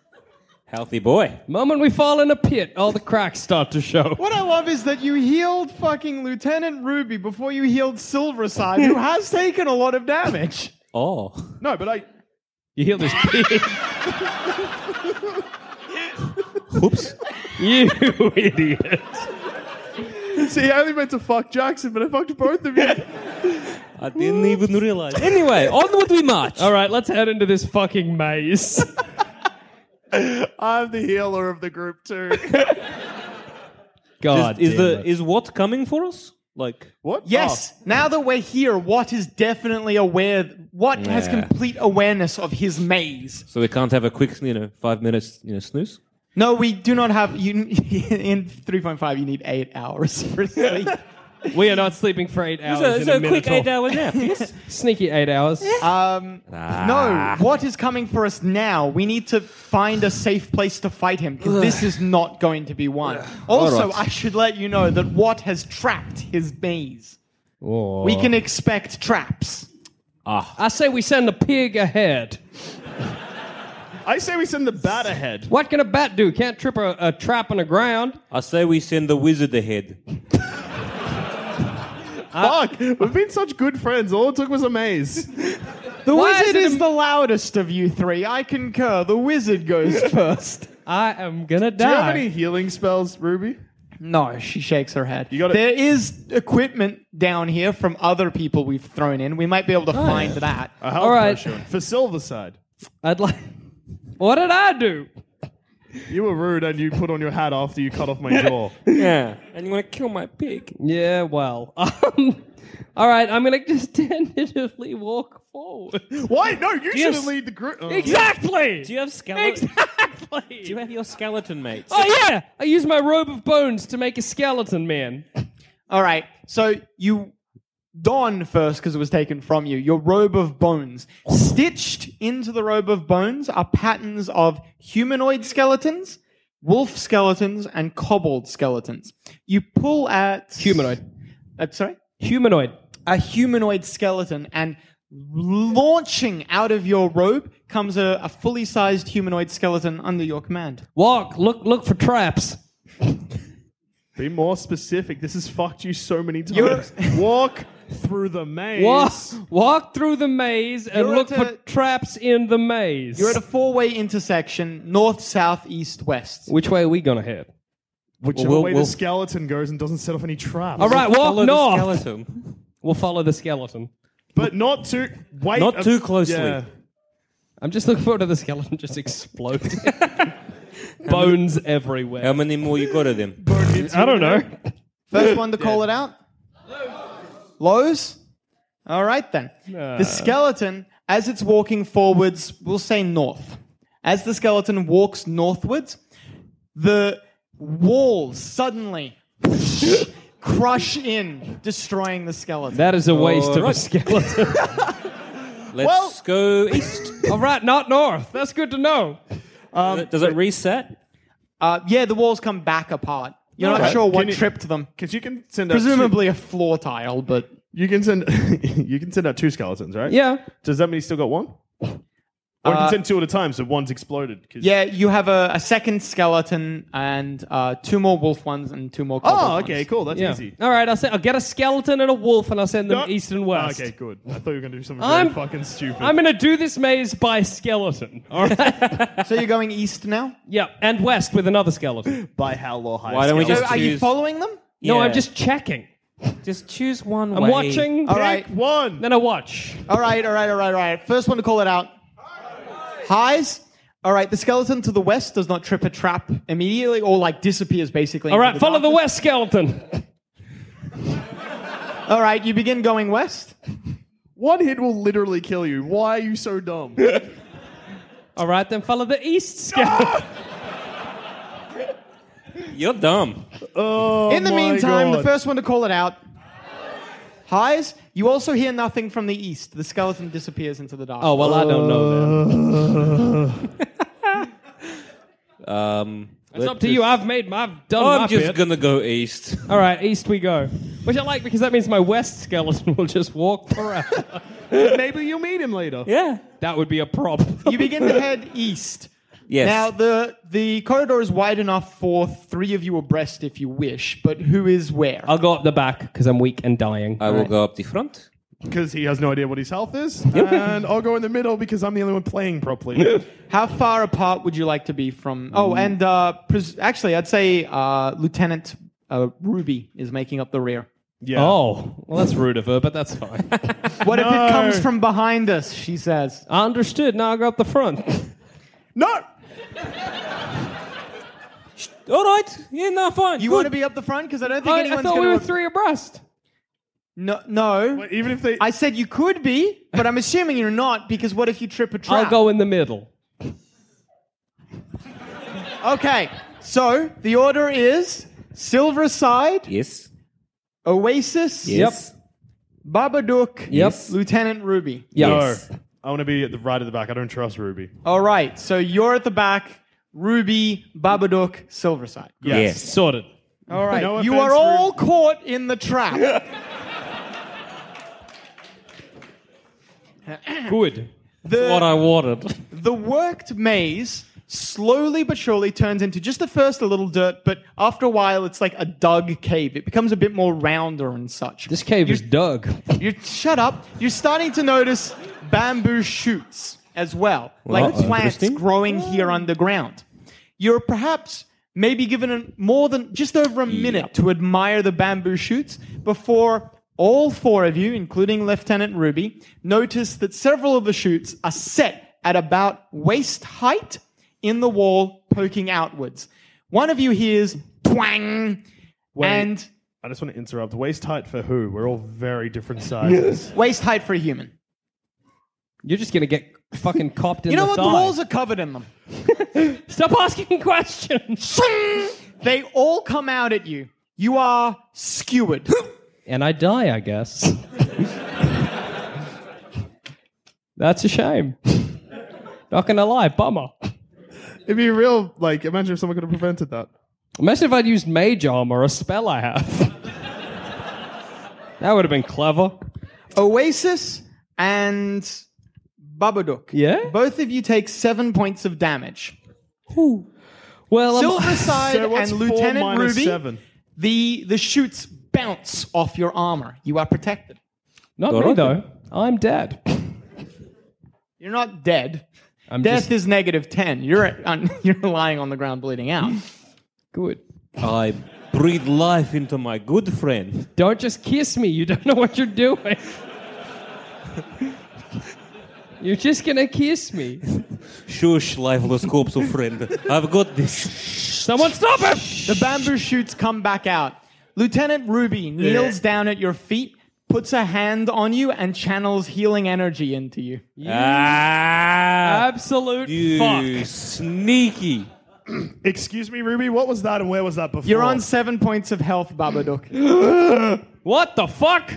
Speaker 3: Healthy boy.
Speaker 5: moment we fall in a pit, all the cracks start to show.
Speaker 2: What I love is that you healed fucking Lieutenant Ruby before you healed Silverside,
Speaker 5: [LAUGHS]
Speaker 2: who has taken a lot of damage.
Speaker 3: Oh.
Speaker 4: No, but I.
Speaker 5: You hear this [LAUGHS] pig?
Speaker 3: Oops.
Speaker 5: you [LAUGHS] idiot.
Speaker 4: See, I only meant to fuck Jackson, but I fucked both
Speaker 2: [LAUGHS]
Speaker 4: of you.
Speaker 3: I didn't even [LAUGHS] realize. Anyway, onward we march.
Speaker 5: All right, let's head into this fucking maze.
Speaker 4: I'm the healer of the group too.
Speaker 5: God,
Speaker 3: is, is
Speaker 5: damn
Speaker 3: the
Speaker 5: it.
Speaker 3: is what coming for us? Like
Speaker 4: what?
Speaker 2: Yes.
Speaker 5: Oh.
Speaker 2: Now that we're here, Watt is definitely aware. Watt has
Speaker 3: Yeah.
Speaker 2: complete awareness of his maze.
Speaker 3: so we can't have a quick you know five minutes you know snooze.
Speaker 2: No, we do not have. You [LAUGHS] in three point five. You need eight hours [LAUGHS] for sleep.
Speaker 5: we are not sleeping for eight hours.
Speaker 3: So,
Speaker 5: in
Speaker 3: so
Speaker 5: a
Speaker 3: quick eight
Speaker 5: Minotaur.
Speaker 3: hour nap. Yes.
Speaker 5: [LAUGHS] Sneaky eight hours.
Speaker 2: Um,
Speaker 5: Ah.
Speaker 2: No, what is coming for us now? We need to find a safe place to fight him because this is not going to be one. Also,
Speaker 3: Alright.
Speaker 2: I should let you know that Watt has trapped his bees. We can expect traps.
Speaker 5: I say we send the pig ahead.
Speaker 4: I say we send the bat ahead.
Speaker 5: What can a bat do? Can't trip a, a trap on the ground.
Speaker 3: I say we send the wizard ahead.
Speaker 2: Uh,
Speaker 4: Fuck, we've been such good friends. All it took was a maze.
Speaker 2: The
Speaker 5: Why is
Speaker 2: wizard
Speaker 5: it
Speaker 2: is
Speaker 5: im-
Speaker 2: the loudest of you three. I concur. The wizard goes [LAUGHS] first.
Speaker 5: I am gonna die.
Speaker 4: Do you have any healing spells, Ruby?
Speaker 2: No, she shakes her head.
Speaker 4: gotta-
Speaker 2: there is equipment down
Speaker 4: Uh,
Speaker 2: here from other people we've thrown in. We might be able to find that.
Speaker 5: All right.
Speaker 4: For Silverside.
Speaker 5: I'd like. [LAUGHS] What did I do?
Speaker 4: You were rude and you put on your hat after you cut off
Speaker 5: [LAUGHS]
Speaker 4: my jaw.
Speaker 3: Yeah. And you want to kill my pig.
Speaker 5: Yeah, well. [LAUGHS] Um, all right, I'm going to just [LAUGHS] tentatively walk forward.
Speaker 4: Why? No, you
Speaker 3: you
Speaker 4: shouldn't
Speaker 3: s-
Speaker 4: lead the group. Oh.
Speaker 5: Exactly!
Speaker 3: Do you have skeleton?
Speaker 5: exactly!
Speaker 3: [LAUGHS] Do you have your skeleton mates?
Speaker 5: oh, yeah! I use my robe of bones to make a skeleton man.
Speaker 2: All right. So you don first because it was taken from you. Your robe of bones. Stitched into the robe of bones are patterns of humanoid skeletons, wolf skeletons, and kobold skeletons. You pull at
Speaker 5: Humanoid.
Speaker 2: Uh, sorry,
Speaker 5: Humanoid.
Speaker 2: a humanoid skeleton, and launching out of your robe comes a, a fully sized humanoid skeleton under your command.
Speaker 5: Walk, look, look for traps.
Speaker 4: Be more specific. This has fucked you so many
Speaker 2: You're-
Speaker 4: times.
Speaker 2: [LAUGHS]
Speaker 4: Walk through the maze.
Speaker 5: Walk, walk through the maze and
Speaker 2: You're
Speaker 5: look
Speaker 2: at
Speaker 5: for
Speaker 2: a-
Speaker 5: traps in the maze.
Speaker 2: You're at a four way intersection, north, south, east, west.
Speaker 5: Which way are we going to head?
Speaker 4: Whichever
Speaker 3: Well,
Speaker 4: way
Speaker 3: we'll-
Speaker 4: the skeleton goes and doesn't set off any traps.
Speaker 5: All right,
Speaker 3: Follow
Speaker 5: walk
Speaker 3: the
Speaker 5: north.
Speaker 3: skeleton.
Speaker 5: We'll follow the skeleton.
Speaker 4: But not too. Wait.
Speaker 3: Not
Speaker 4: a-
Speaker 3: too closely.
Speaker 4: Yeah.
Speaker 5: I'm just looking forward to the
Speaker 2: [LAUGHS]
Speaker 5: skeleton just exploding. [LAUGHS] Bones everywhere.
Speaker 3: How many more you got of them?
Speaker 5: I don't
Speaker 4: [LAUGHS]
Speaker 5: know.
Speaker 2: First one to call it out? Lowe's. All right, then. The skeleton, as it's walking forwards, we'll say north. As the skeleton walks northwards, the walls suddenly [LAUGHS] crush in, destroying the skeleton.
Speaker 5: That is a waste of a
Speaker 3: Alright.
Speaker 5: skeleton.
Speaker 3: Let's go east.
Speaker 5: All right, not north. That's good to know.
Speaker 3: Does it reset?
Speaker 2: uh, yeah, the walls come back apart. You're not
Speaker 4: Okay.
Speaker 2: sure what
Speaker 4: Can you-
Speaker 2: tripped them.
Speaker 4: Because you can send out two-
Speaker 2: Presumably a floor tile, but
Speaker 4: you can send [LAUGHS] you can send out two skeletons, right?
Speaker 5: Yeah.
Speaker 4: Does that mean you still got one? Or you can send two at a time, so one's exploded. 'cause-
Speaker 2: yeah, you have a, a second skeleton and uh, two more wolf ones and two more. kobold
Speaker 4: Oh,
Speaker 2: ones.
Speaker 4: okay, cool. That's
Speaker 5: Yeah.
Speaker 4: easy.
Speaker 5: All right, I'll, say, I'll get a skeleton and a wolf and I'll send them
Speaker 4: No-
Speaker 5: east and west.
Speaker 4: Okay, good. [LAUGHS] I thought you were going to do something
Speaker 5: Oh, I'm-
Speaker 4: really fucking stupid.
Speaker 5: I'm going to do this maze by skeleton. All right.
Speaker 2: So you're going east now?
Speaker 5: yeah, and west with another skeleton.
Speaker 4: by how low high?
Speaker 3: Why don't we
Speaker 2: So
Speaker 3: just
Speaker 2: are you
Speaker 3: choose-
Speaker 2: following them?
Speaker 5: No,
Speaker 3: Yeah.
Speaker 5: I'm just checking.
Speaker 3: Just choose one.
Speaker 5: I'm
Speaker 3: way.
Speaker 5: watching,
Speaker 2: All right.
Speaker 4: Pick one?
Speaker 5: then I watch.
Speaker 2: All right, all right, all right, all right. First one to call it out. Highs. All right, the skeleton to the west does not trip a trap immediately or like disappears basically.
Speaker 5: All
Speaker 2: into
Speaker 5: right, follow the
Speaker 2: darkness.
Speaker 5: west skeleton. [LAUGHS]
Speaker 2: All right, you begin going west.
Speaker 4: One hit will literally kill you. Why are you so dumb?
Speaker 5: All right, then follow the east skeleton.
Speaker 3: You're dumb.
Speaker 2: In the
Speaker 4: Oh my
Speaker 2: meantime, the
Speaker 4: God.
Speaker 2: first one to call it out. Highs. You also hear nothing from the east. The skeleton disappears into the dark.
Speaker 5: Oh, well, I don't know then.
Speaker 3: Um,
Speaker 5: It's up to you. I've made my, I've done my
Speaker 3: I'm just
Speaker 5: bit.
Speaker 3: gonna go east.
Speaker 5: All right, east we go. Which I like because that means my west skeleton [LAUGHS] will just walk forever.
Speaker 4: Maybe you'll meet him later.
Speaker 3: Yeah.
Speaker 5: that would be a problem.
Speaker 2: You begin to head east.
Speaker 3: Yes.
Speaker 2: Now the the corridor is wide enough for three of you abreast if you wish, but who is where?
Speaker 5: [LAUGHS] I'll go up the back because I'm weak and dying.
Speaker 3: I will go up the front.
Speaker 4: Because he has no idea what his health is. and I'll go in the middle because I'm the only one playing properly.
Speaker 2: How far apart would you like to be from? Oh,
Speaker 5: Mm-hmm.
Speaker 2: and uh, pres- actually, I'd say uh, Lieutenant uh, Ruby is making up the rear.
Speaker 4: yeah.
Speaker 5: Oh, well, that's rude of her, but that's
Speaker 3: [LAUGHS]
Speaker 5: fine.
Speaker 2: What if it comes from behind us? She says.
Speaker 5: I understood. Now I go up the [LAUGHS] front.
Speaker 4: No!
Speaker 3: All right. Yeah, no, fine.
Speaker 2: You
Speaker 3: Good.
Speaker 2: want to be up the front because I don't think
Speaker 5: I, I
Speaker 2: anyone's
Speaker 5: thought
Speaker 2: going
Speaker 5: we were
Speaker 2: to.
Speaker 5: three abreast.
Speaker 2: no, no.
Speaker 4: But even if they.
Speaker 2: I said you could be, but I'm assuming you're not because what if you trip a trap?
Speaker 5: I'll go in the middle.
Speaker 2: Okay, so the order is Silver Side,
Speaker 3: Yes.
Speaker 2: Oasis,
Speaker 3: Yes.
Speaker 2: Babadook,
Speaker 5: Yep.
Speaker 2: Lieutenant Ruby.
Speaker 5: Yes.
Speaker 4: No. I want to be at the right at the back. I don't trust Ruby.
Speaker 2: All right, so you're at the back. Ruby, Babadook, Silverside.
Speaker 3: Yes.
Speaker 5: Sorted.
Speaker 2: All right.
Speaker 4: No
Speaker 2: you
Speaker 4: offense,
Speaker 2: are all
Speaker 4: Rube.
Speaker 2: caught in the trap.
Speaker 5: Good.
Speaker 3: What
Speaker 2: The,
Speaker 3: I wanted.
Speaker 2: the worked maze slowly but surely turns into just at first a little dirt, but after a while it's like a dug cave. It becomes a bit more rounder and such.
Speaker 5: This cave is dug.
Speaker 2: you shut up. You're starting to notice bamboo shoots as well, like
Speaker 3: that's
Speaker 2: plants
Speaker 3: interesting.
Speaker 2: growing here underground. You're perhaps maybe given an- more than just over a minute to admire the bamboo shoots before all four of you, including Lieutenant Ruby, notice that several of the shoots are set at about waist height in the wall, poking outwards. One of you hears twang, and
Speaker 4: I just want to interrupt. Waist height for who? We're all very [LAUGHS] different sizes.
Speaker 2: waist height for a human.
Speaker 5: You're just gonna get fucking copped in
Speaker 2: You know
Speaker 5: the
Speaker 2: what?
Speaker 5: thigh.
Speaker 2: The walls are covered in them.
Speaker 5: Stop asking questions.
Speaker 2: They all come out at you. You are skewered.
Speaker 5: and I die, I guess. [LAUGHS] That's a shame. Not gonna lie, bummer.
Speaker 4: It'd be real. Like, imagine if someone could have prevented that.
Speaker 5: Imagine if I'd used mage armor, a spell I have. [LAUGHS] that would have been clever.
Speaker 2: [GASPS] Oasis and Babadook.
Speaker 5: Yeah?
Speaker 2: Both of you take seven points of damage.
Speaker 5: Well, I'm-
Speaker 2: Silverside
Speaker 4: So what's
Speaker 2: and
Speaker 4: four
Speaker 2: Lieutenant
Speaker 4: minus
Speaker 2: Ruby.
Speaker 4: seven?
Speaker 2: The the shoots bounce off your armor. You are protected.
Speaker 5: not
Speaker 3: All
Speaker 5: me
Speaker 3: right
Speaker 5: though. I'm dead.
Speaker 2: You're not dead.
Speaker 5: I'm
Speaker 2: Death
Speaker 5: just
Speaker 2: is negative ten. You're on, [LAUGHS] you're lying on the ground bleeding out.
Speaker 5: [LAUGHS] good.
Speaker 3: I breathe life into my good friend.
Speaker 5: Don't just kiss me. You don't know what you're doing. [LAUGHS] you're just gonna kiss me.
Speaker 3: Shush, lifeless corpse of friend. [LAUGHS] I've got this.
Speaker 5: Someone stop him!
Speaker 2: The bamboo shoots come back out. Lieutenant Ruby kneels down at your feet, puts a hand on you, and channels healing energy into you.
Speaker 3: Ah,
Speaker 5: Absolute
Speaker 3: you
Speaker 5: fuck.
Speaker 3: sneaky.
Speaker 4: Excuse me, Ruby. What was that, and where was that before?
Speaker 2: You're on seven points of health, Babadook.
Speaker 5: What the fuck?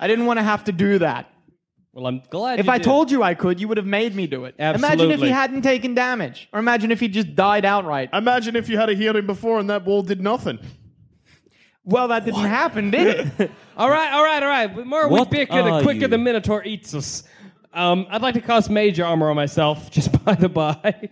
Speaker 2: I didn't want to have to do that.
Speaker 5: Well, I'm glad.
Speaker 2: If
Speaker 5: you
Speaker 2: I
Speaker 5: did.
Speaker 2: told you I could, you would have made me do it. Imagine if
Speaker 5: Absolutely.
Speaker 2: he hadn't taken damage, or imagine if he just died outright.
Speaker 4: Imagine if you had a healing before and that wall did nothing.
Speaker 2: well, that didn't happen, did
Speaker 5: [LAUGHS]
Speaker 2: it?
Speaker 5: All right, all right, all right. The more
Speaker 3: What
Speaker 5: we bicker, the
Speaker 3: are
Speaker 5: quicker
Speaker 3: you?
Speaker 5: the Minotaur eats us. Um, I'd like to cast Mage Armor on myself, [LAUGHS] just by the by.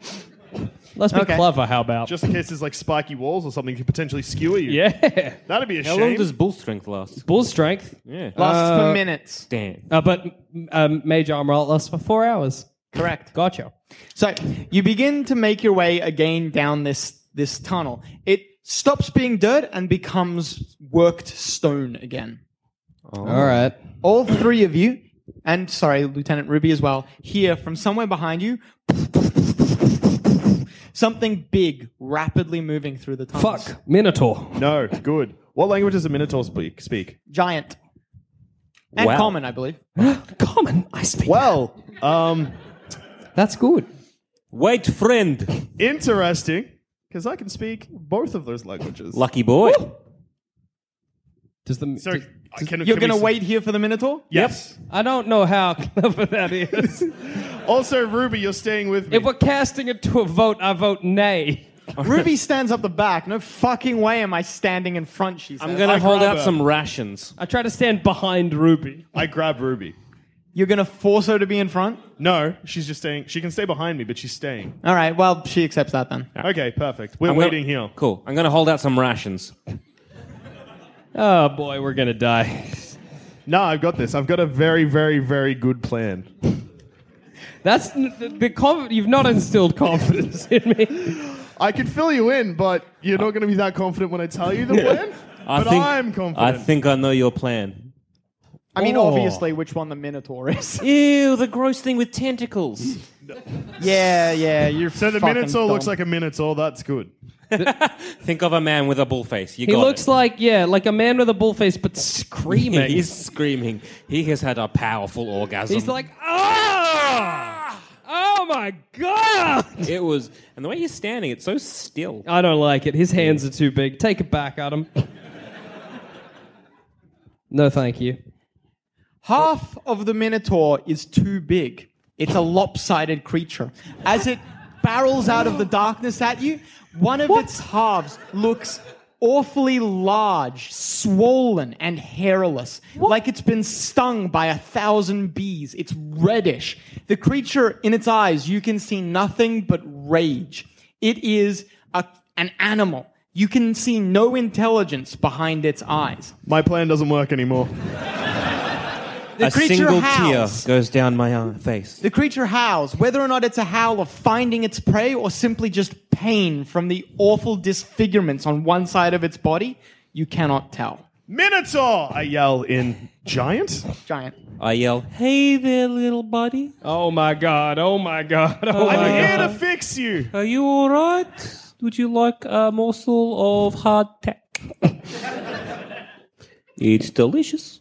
Speaker 5: Let's be
Speaker 2: Okay.
Speaker 5: clever, how about?
Speaker 4: Just in case there's like spiky walls or something could potentially skewer you.
Speaker 5: yeah.
Speaker 4: That'd be a
Speaker 3: How
Speaker 4: shame.
Speaker 3: long does bull strength last?
Speaker 5: Bull strength.
Speaker 3: Yeah.
Speaker 2: Lasts for minutes.
Speaker 3: Damn.
Speaker 5: Uh, but um, Mage Armor lasts for four hours.
Speaker 2: Correct.
Speaker 5: Gotcha.
Speaker 2: So you begin to make your way again down this this tunnel. It stops being dirt and becomes worked stone again.
Speaker 5: All right.
Speaker 2: All three of you, and sorry, Lieutenant Ruby as well, hear from somewhere behind you something big rapidly moving through the tunnel.
Speaker 5: Fuck. Minotaur.
Speaker 4: no, good. What language does a Minotaur speak? speak?
Speaker 2: Giant. And
Speaker 3: Wow.
Speaker 2: common, I believe.
Speaker 5: Common. I speak.
Speaker 4: Well, um,
Speaker 5: That's good.
Speaker 3: Wait, friend.
Speaker 4: interesting, because I can speak both of those languages.
Speaker 3: Lucky boy.
Speaker 5: Does the
Speaker 4: So,
Speaker 5: does-
Speaker 4: I can,
Speaker 2: You're
Speaker 4: can we
Speaker 2: going to
Speaker 4: s-
Speaker 2: wait here for the Minotaur?
Speaker 4: Yes.
Speaker 5: I don't know how [LAUGHS] clever that [LAUGHS] is.
Speaker 4: Also, Ruby, you're staying with me.
Speaker 5: if we're casting it to a vote, I vote nay.
Speaker 2: [LAUGHS] Ruby stands up the back. No fucking way am I standing in front, she says.
Speaker 3: I'm gonna
Speaker 4: I
Speaker 3: hold
Speaker 4: grab
Speaker 3: out
Speaker 4: her.
Speaker 3: some rations.
Speaker 5: I try to stand behind Ruby.
Speaker 4: I grab Ruby.
Speaker 2: You're going to force her to be in front?
Speaker 4: No, she's just staying. She can stay behind me, but she's staying.
Speaker 2: All right, well, she accepts that then.
Speaker 4: Okay, perfect. We're
Speaker 3: I'm gonna-
Speaker 4: waiting here.
Speaker 3: Cool. I'm gonna hold out some rations.
Speaker 5: Oh boy, we're gonna die.
Speaker 4: No, I've got this. I've got a very, very, very good plan.
Speaker 5: That's the, the conf- you've not instilled confidence in [LAUGHS] me.
Speaker 4: I could fill you in, but you're not going to be that confident when I tell you the [LAUGHS] plan.
Speaker 3: I
Speaker 4: but
Speaker 3: think
Speaker 4: I'm
Speaker 3: I
Speaker 4: confident.
Speaker 3: think I know your plan.
Speaker 2: I mean,
Speaker 5: Oh.
Speaker 2: obviously, which one the Minotaur is.
Speaker 3: Ew, the gross thing with tentacles.
Speaker 2: yeah, yeah, you're
Speaker 4: so the
Speaker 2: fucking
Speaker 4: Minotaur looks
Speaker 2: dumb.
Speaker 4: like a Minotaur. That's good.
Speaker 3: Think of a man with a bull face. You
Speaker 5: He
Speaker 3: got
Speaker 5: looks
Speaker 3: it.
Speaker 5: like yeah, like a man with a bull face, but
Speaker 3: [LAUGHS]
Speaker 5: screaming.
Speaker 3: He's screaming. He has had a powerful orgasm.
Speaker 5: He's like, ah, oh my god.
Speaker 3: it was, and the way he's standing, it's so still.
Speaker 5: [LAUGHS] I don't like it. His hands are too big. Take it back, Adam. no, thank you.
Speaker 2: Half of the Minotaur is too big. It's a lopsided creature. As it barrels out of the darkness at you, one of its halves looks awfully large, swollen, and hairless, like it's been stung by a thousand bees. It's reddish. The creature in its eyes, you can see nothing but rage. It is a, an animal. You can see no intelligence behind its eyes.
Speaker 4: My plan doesn't work anymore.
Speaker 2: The
Speaker 3: a
Speaker 2: creature
Speaker 3: single
Speaker 2: howls.
Speaker 3: tear goes down my uh, face.
Speaker 2: The creature howls, whether or not it's a howl of finding its prey or simply just pain from the awful disfigurements on one side of its body, you cannot tell.
Speaker 4: Minotaur! I yell in giant.
Speaker 2: Giant.
Speaker 3: I yell, "Hey there, little buddy!
Speaker 5: Oh my god. Oh my god. Oh my
Speaker 4: I'm here
Speaker 5: god.
Speaker 4: to fix you.
Speaker 3: Are you all right? Would you like a morsel of hard tack? [LAUGHS] it's delicious,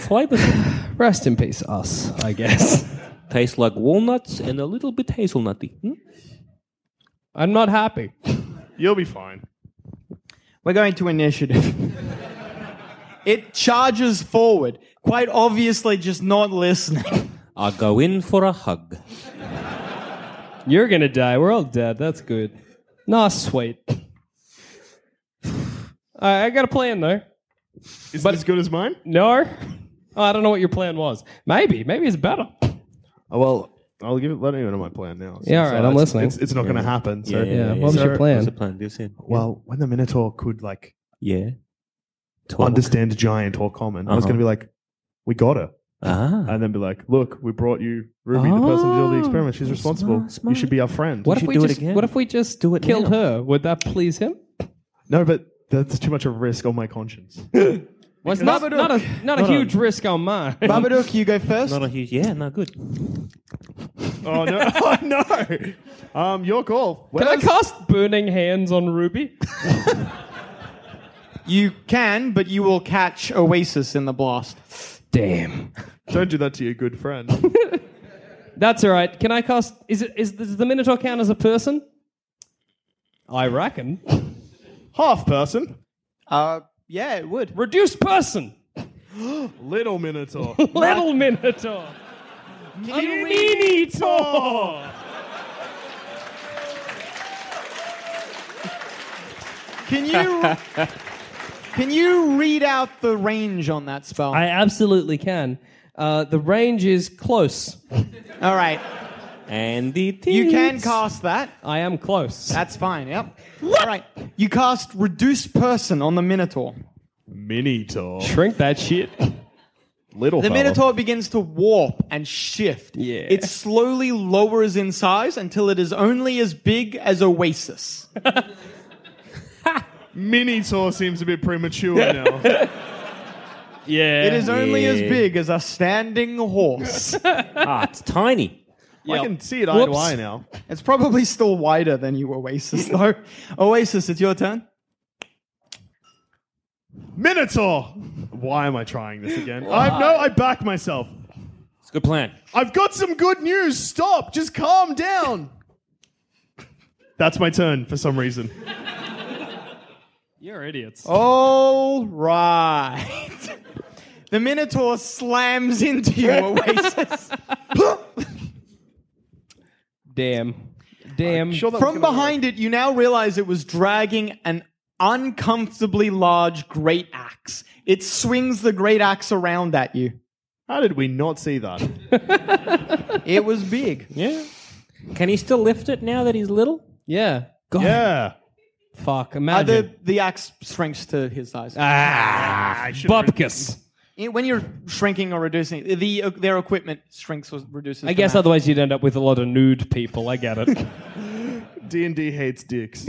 Speaker 3: flavorful,
Speaker 5: Rest in peace, us. I [LAUGHS] guess.
Speaker 3: tastes like walnuts and a little bit hazelnutty." Hmm?
Speaker 5: I'm not happy.
Speaker 4: You'll be fine.
Speaker 2: We're going to initiative. [LAUGHS] it charges forward, quite obviously just not listening.
Speaker 3: I go in for a hug.
Speaker 5: You're gonna die. We're all dead. That's good. Nah, sweet. [SIGHS] All right, I got a plan though.
Speaker 4: Is it as good as mine?
Speaker 5: No, oh, I don't know what your plan was. Maybe, maybe it's better.
Speaker 4: Oh, well, I'll give it. Let me know my plan now.
Speaker 5: Yeah, all right, I'm
Speaker 4: it's-
Speaker 5: listening.
Speaker 4: It's, it's not going to happen. So.
Speaker 5: yeah. What was your plan?
Speaker 3: What's the plan? Do you see?
Speaker 4: Well, when the Minotaur could like
Speaker 3: yeah. Talk.
Speaker 4: understand giant or common, I was
Speaker 3: Uh-huh.
Speaker 4: going to be like, "We got her,"
Speaker 3: Ah.
Speaker 4: and then be like, "Look, we brought you Ruby, the person who did all the
Speaker 3: Oh,
Speaker 4: experiments. She's responsible.
Speaker 3: smart, smart.
Speaker 4: You should be our friend."
Speaker 5: What
Speaker 3: should
Speaker 5: if we
Speaker 3: do it
Speaker 5: just?
Speaker 3: again.
Speaker 5: What if we just do it? Killed
Speaker 3: now.
Speaker 5: her. Would that please him?
Speaker 4: No, but that's too much of a risk on my conscience.
Speaker 5: Well, it's not, not a not a huge risk on mine.
Speaker 2: Babadook, you go first.
Speaker 3: [LAUGHS] Not a huge. Yeah, no, good.
Speaker 4: oh no! [LAUGHS] Oh no! Um, your call.
Speaker 5: Can I cast burning hands on Ruby?
Speaker 2: You can, but you will catch Oasis in the blast.
Speaker 5: Damn.
Speaker 4: Don't do that to your good friend.
Speaker 5: That's all right. Can I cast? Is it is does the Minotaur count as a person? I reckon.
Speaker 4: Half person,
Speaker 2: Uh, yeah, it would.
Speaker 5: Reduced person.
Speaker 4: little Minotaur.
Speaker 5: Little Minotaur. A Minotaur.
Speaker 2: Can
Speaker 3: [LAUGHS]
Speaker 2: you can you read out the range on that spell?
Speaker 5: I absolutely can. Uh, the range is close.
Speaker 2: All right,
Speaker 3: And it
Speaker 2: you can
Speaker 3: is-
Speaker 2: cast that.
Speaker 5: I am close.
Speaker 2: That's fine. Yep. All right, you cast reduce person on the Minotaur.
Speaker 4: Minotaur.
Speaker 5: Shrink that shit.
Speaker 4: Little.
Speaker 2: The
Speaker 4: fella.
Speaker 2: Minotaur begins to warp and shift.
Speaker 5: Yeah.
Speaker 2: It slowly lowers in size until it is only as big as Oasis.
Speaker 4: Minotaur seems a bit premature now.
Speaker 5: Eh, Yeah.
Speaker 2: It is only as big as a standing
Speaker 5: [LAUGHS]
Speaker 2: horse.
Speaker 3: Ah, it's tiny.
Speaker 4: I can see it eye to
Speaker 5: Whoops.
Speaker 4: eye now.
Speaker 2: it's probably still wider than you, Oasis, though. Oasis, it's your turn.
Speaker 4: Minotaur. Why am I trying this again? I no, I back myself.
Speaker 3: It's a good plan.
Speaker 4: I've got some good news. Stop. Just calm down. That's my turn for some reason.
Speaker 5: You're idiots.
Speaker 2: All right. [LAUGHS] The Minotaur slams into
Speaker 5: [LAUGHS]
Speaker 2: you, Oasis.
Speaker 5: Damn. Damn.
Speaker 4: Sure that was
Speaker 2: From
Speaker 4: gonna work.
Speaker 2: behind it, you now realize it was dragging an uncomfortably large great axe. It swings the great axe around at you.
Speaker 4: How did we not see
Speaker 5: [LAUGHS]
Speaker 4: that?
Speaker 2: It was
Speaker 4: [LAUGHS]
Speaker 2: big.
Speaker 3: Yeah. Can he still lift it now that he's little?
Speaker 5: Yeah. God.
Speaker 4: Yeah.
Speaker 5: Fuck.
Speaker 2: Uh,
Speaker 5: Imagine.
Speaker 2: the, the axe shrinks to his size.
Speaker 5: Ah. Bupkis.
Speaker 2: I- when you're shrinking or reducing, the their equipment shrinks or reduces.
Speaker 5: I guess otherwise you'd end up with a lot of nude people. I get it.
Speaker 4: D and D hates dicks.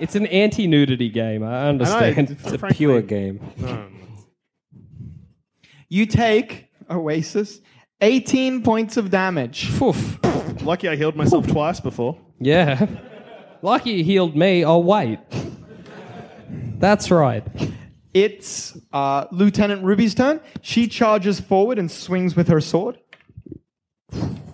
Speaker 5: it's an anti-nudity game. I understand.
Speaker 4: And I-
Speaker 3: It's a
Speaker 4: frankly-
Speaker 3: pure game.
Speaker 2: [LAUGHS] you take Oasis 18 points of damage.
Speaker 5: Poof.
Speaker 4: Lucky I healed myself twice before.
Speaker 5: Yeah. Lucky you healed me. Oh wait. That's right.
Speaker 2: It's uh, Lieutenant Ruby's turn. She charges forward and swings with her sword.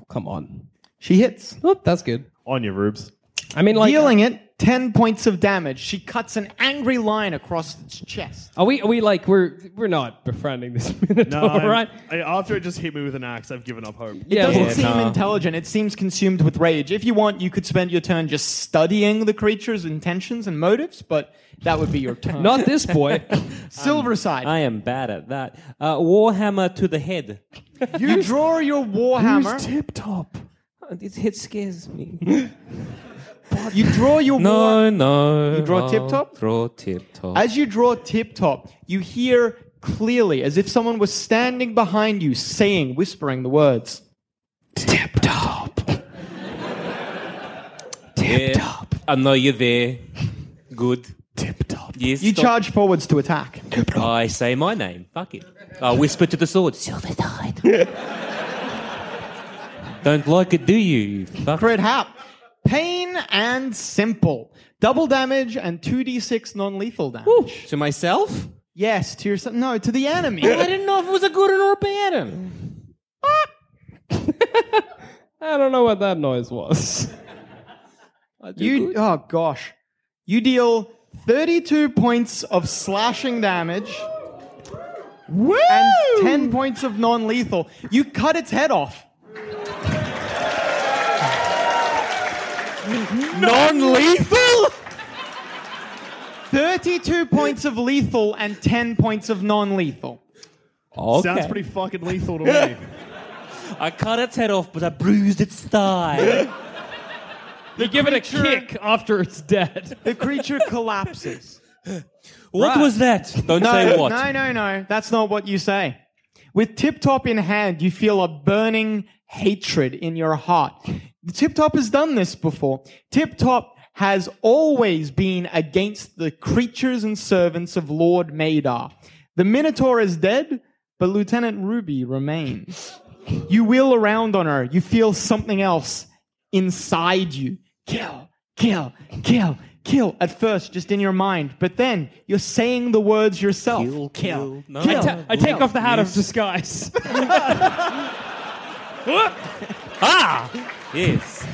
Speaker 5: Come on.
Speaker 2: She hits,
Speaker 5: Oh, that's good.
Speaker 4: On your rubes.
Speaker 5: [LAUGHS] I mean, like,
Speaker 2: dealing it 10 points of damage. She cuts an angry line across its chest.
Speaker 5: are we? Are we like we're we're not befriending this [LAUGHS] minotaur,
Speaker 4: I'm-
Speaker 5: right?
Speaker 4: Um, I- after it just hit me with an axe, I've given up hope.
Speaker 2: It
Speaker 5: Yeah,
Speaker 2: doesn't
Speaker 5: yeah.
Speaker 2: seem intelligent. It seems consumed with rage. If you want, you could spend your turn just studying the creature's intentions and motives, but that would be your turn.
Speaker 5: Not this boy.
Speaker 2: [LAUGHS]
Speaker 5: [LAUGHS]
Speaker 2: Silver side.
Speaker 3: I am bad at that. Uh, Warhammer to the head.
Speaker 2: You draw your warhammer.
Speaker 4: Tip top.
Speaker 3: It, it Oh, scares me. [LAUGHS]
Speaker 2: You draw your war.
Speaker 3: no, no.
Speaker 2: You draw
Speaker 3: I'll
Speaker 2: tip-top?
Speaker 3: Draw tip top.
Speaker 2: As you draw tip top, you hear clearly, as if someone was standing behind you, saying, whispering the words.
Speaker 5: Tip top.
Speaker 3: Tip top. I know you're there. Good.
Speaker 5: Tip top.
Speaker 3: Yes,
Speaker 2: You
Speaker 3: stop.
Speaker 2: charge forwards to attack.
Speaker 3: I say my name. Fuck it. I whisper to the sword, Silver
Speaker 2: [LAUGHS]
Speaker 3: Tide. Don't like it, do you? you Fuck.
Speaker 2: Crit hap. Pain and simple. Double damage and 2d6 non lethal damage.
Speaker 6: To myself?
Speaker 2: Yes, to yourself. No, to the [LAUGHS] enemy.
Speaker 6: I didn't know if it was a good or a bad one.
Speaker 5: I don't know what that noise [LAUGHS] was.
Speaker 2: You oh gosh, you deal thirty-two points of slashing damage. And ten points of non-lethal. You cut its head off.
Speaker 5: Mm-hmm.
Speaker 6: Non-lethal?
Speaker 5: [LAUGHS]
Speaker 2: Thirty-two points of lethal and ten points of non-lethal.
Speaker 3: Okay.
Speaker 4: Sounds pretty fucking lethal to
Speaker 5: [LAUGHS]
Speaker 4: me.
Speaker 3: I cut its head off, but I bruised its
Speaker 2: [LAUGHS]
Speaker 3: thigh.
Speaker 5: You give it a kick after it's dead.
Speaker 2: The creature collapses.
Speaker 3: what was that? Don't say what.
Speaker 2: no, no, no. That's not what you say. With Tip Top in hand, you feel a burning hatred in your heart. Tip Top has done this before. Tip Top has always been against the creatures and servants of Lord Madar. The Minotaur is dead, but Lieutenant Ruby remains. You wheel around on her. You feel something else inside you. Kill, kill, kill, kill. At first, just in your mind, but then you're saying the words yourself. Kill, kill,
Speaker 3: No.
Speaker 2: kill.
Speaker 3: I ta-
Speaker 5: I take off the hat of disguise.
Speaker 3: Ah! Yes.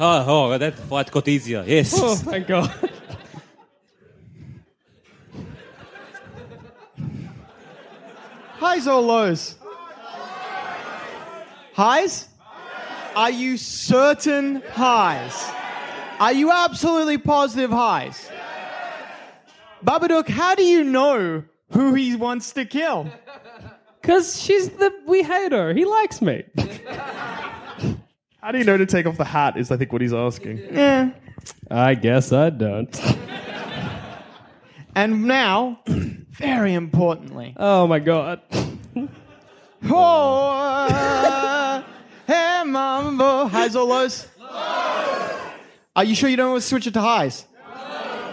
Speaker 3: Oh, oh, that fight got easier. Yes.
Speaker 5: [LAUGHS] oh, thank God. [LAUGHS]
Speaker 2: Highs or lows? Highs? Are you certain highs? Are you absolutely positive highs? Babadook, how do you know who he wants to kill?
Speaker 5: Because she's the. We hate her. He likes me.
Speaker 4: How do you know to take off the hat? Is I think what he's
Speaker 5: Oh
Speaker 4: asking.
Speaker 5: I guess I don't.
Speaker 2: And now, [CLEARS THROAT] very importantly,
Speaker 5: Oh, my God.
Speaker 2: Oh, hey, mambo. Highs or lows? Are you sure you don't want to switch it to highs?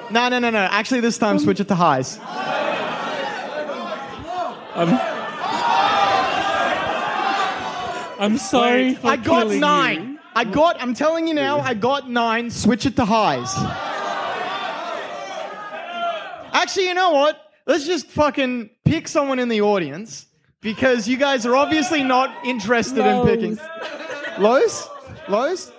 Speaker 2: No, no, no, no. Actually, this time, switch it to highs.
Speaker 3: I'm sorry. for
Speaker 2: I got
Speaker 3: killing
Speaker 2: nine.
Speaker 3: you.
Speaker 2: I got, I'm telling you now, I got nine. Switch it to highs. Actually, you know what? Let's just fucking pick someone in the audience because you guys are obviously not interested in picking. Lows? Lows?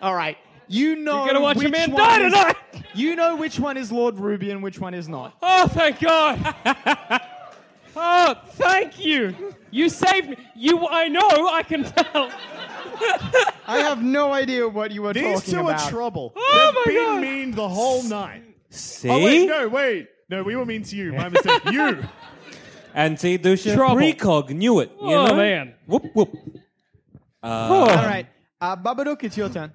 Speaker 2: All right. You know
Speaker 5: You're gonna watch
Speaker 2: which
Speaker 5: a man
Speaker 2: one
Speaker 5: die
Speaker 2: is-
Speaker 5: tonight.
Speaker 2: You know which one is Lord Ruby and which one is not.
Speaker 5: Oh, thank God. [LAUGHS] oh, thank you. You saved me. You, I know. I can tell.
Speaker 2: I have no idea what you were
Speaker 4: These
Speaker 2: talking
Speaker 4: two
Speaker 2: about.
Speaker 4: are trouble.
Speaker 5: Oh
Speaker 4: They've
Speaker 5: my
Speaker 4: been
Speaker 5: God.
Speaker 4: mean the whole night.
Speaker 3: See?
Speaker 4: Oh wait, no, wait. No, we were mean to you. My mistake.
Speaker 5: [LAUGHS]
Speaker 4: you.
Speaker 3: And see, Dusha,
Speaker 5: Trouble.
Speaker 3: precog knew it. You
Speaker 5: Oh,
Speaker 3: know?
Speaker 5: man.
Speaker 3: Whoop, whoop.
Speaker 2: All right. Uh, Babadook, it's your turn.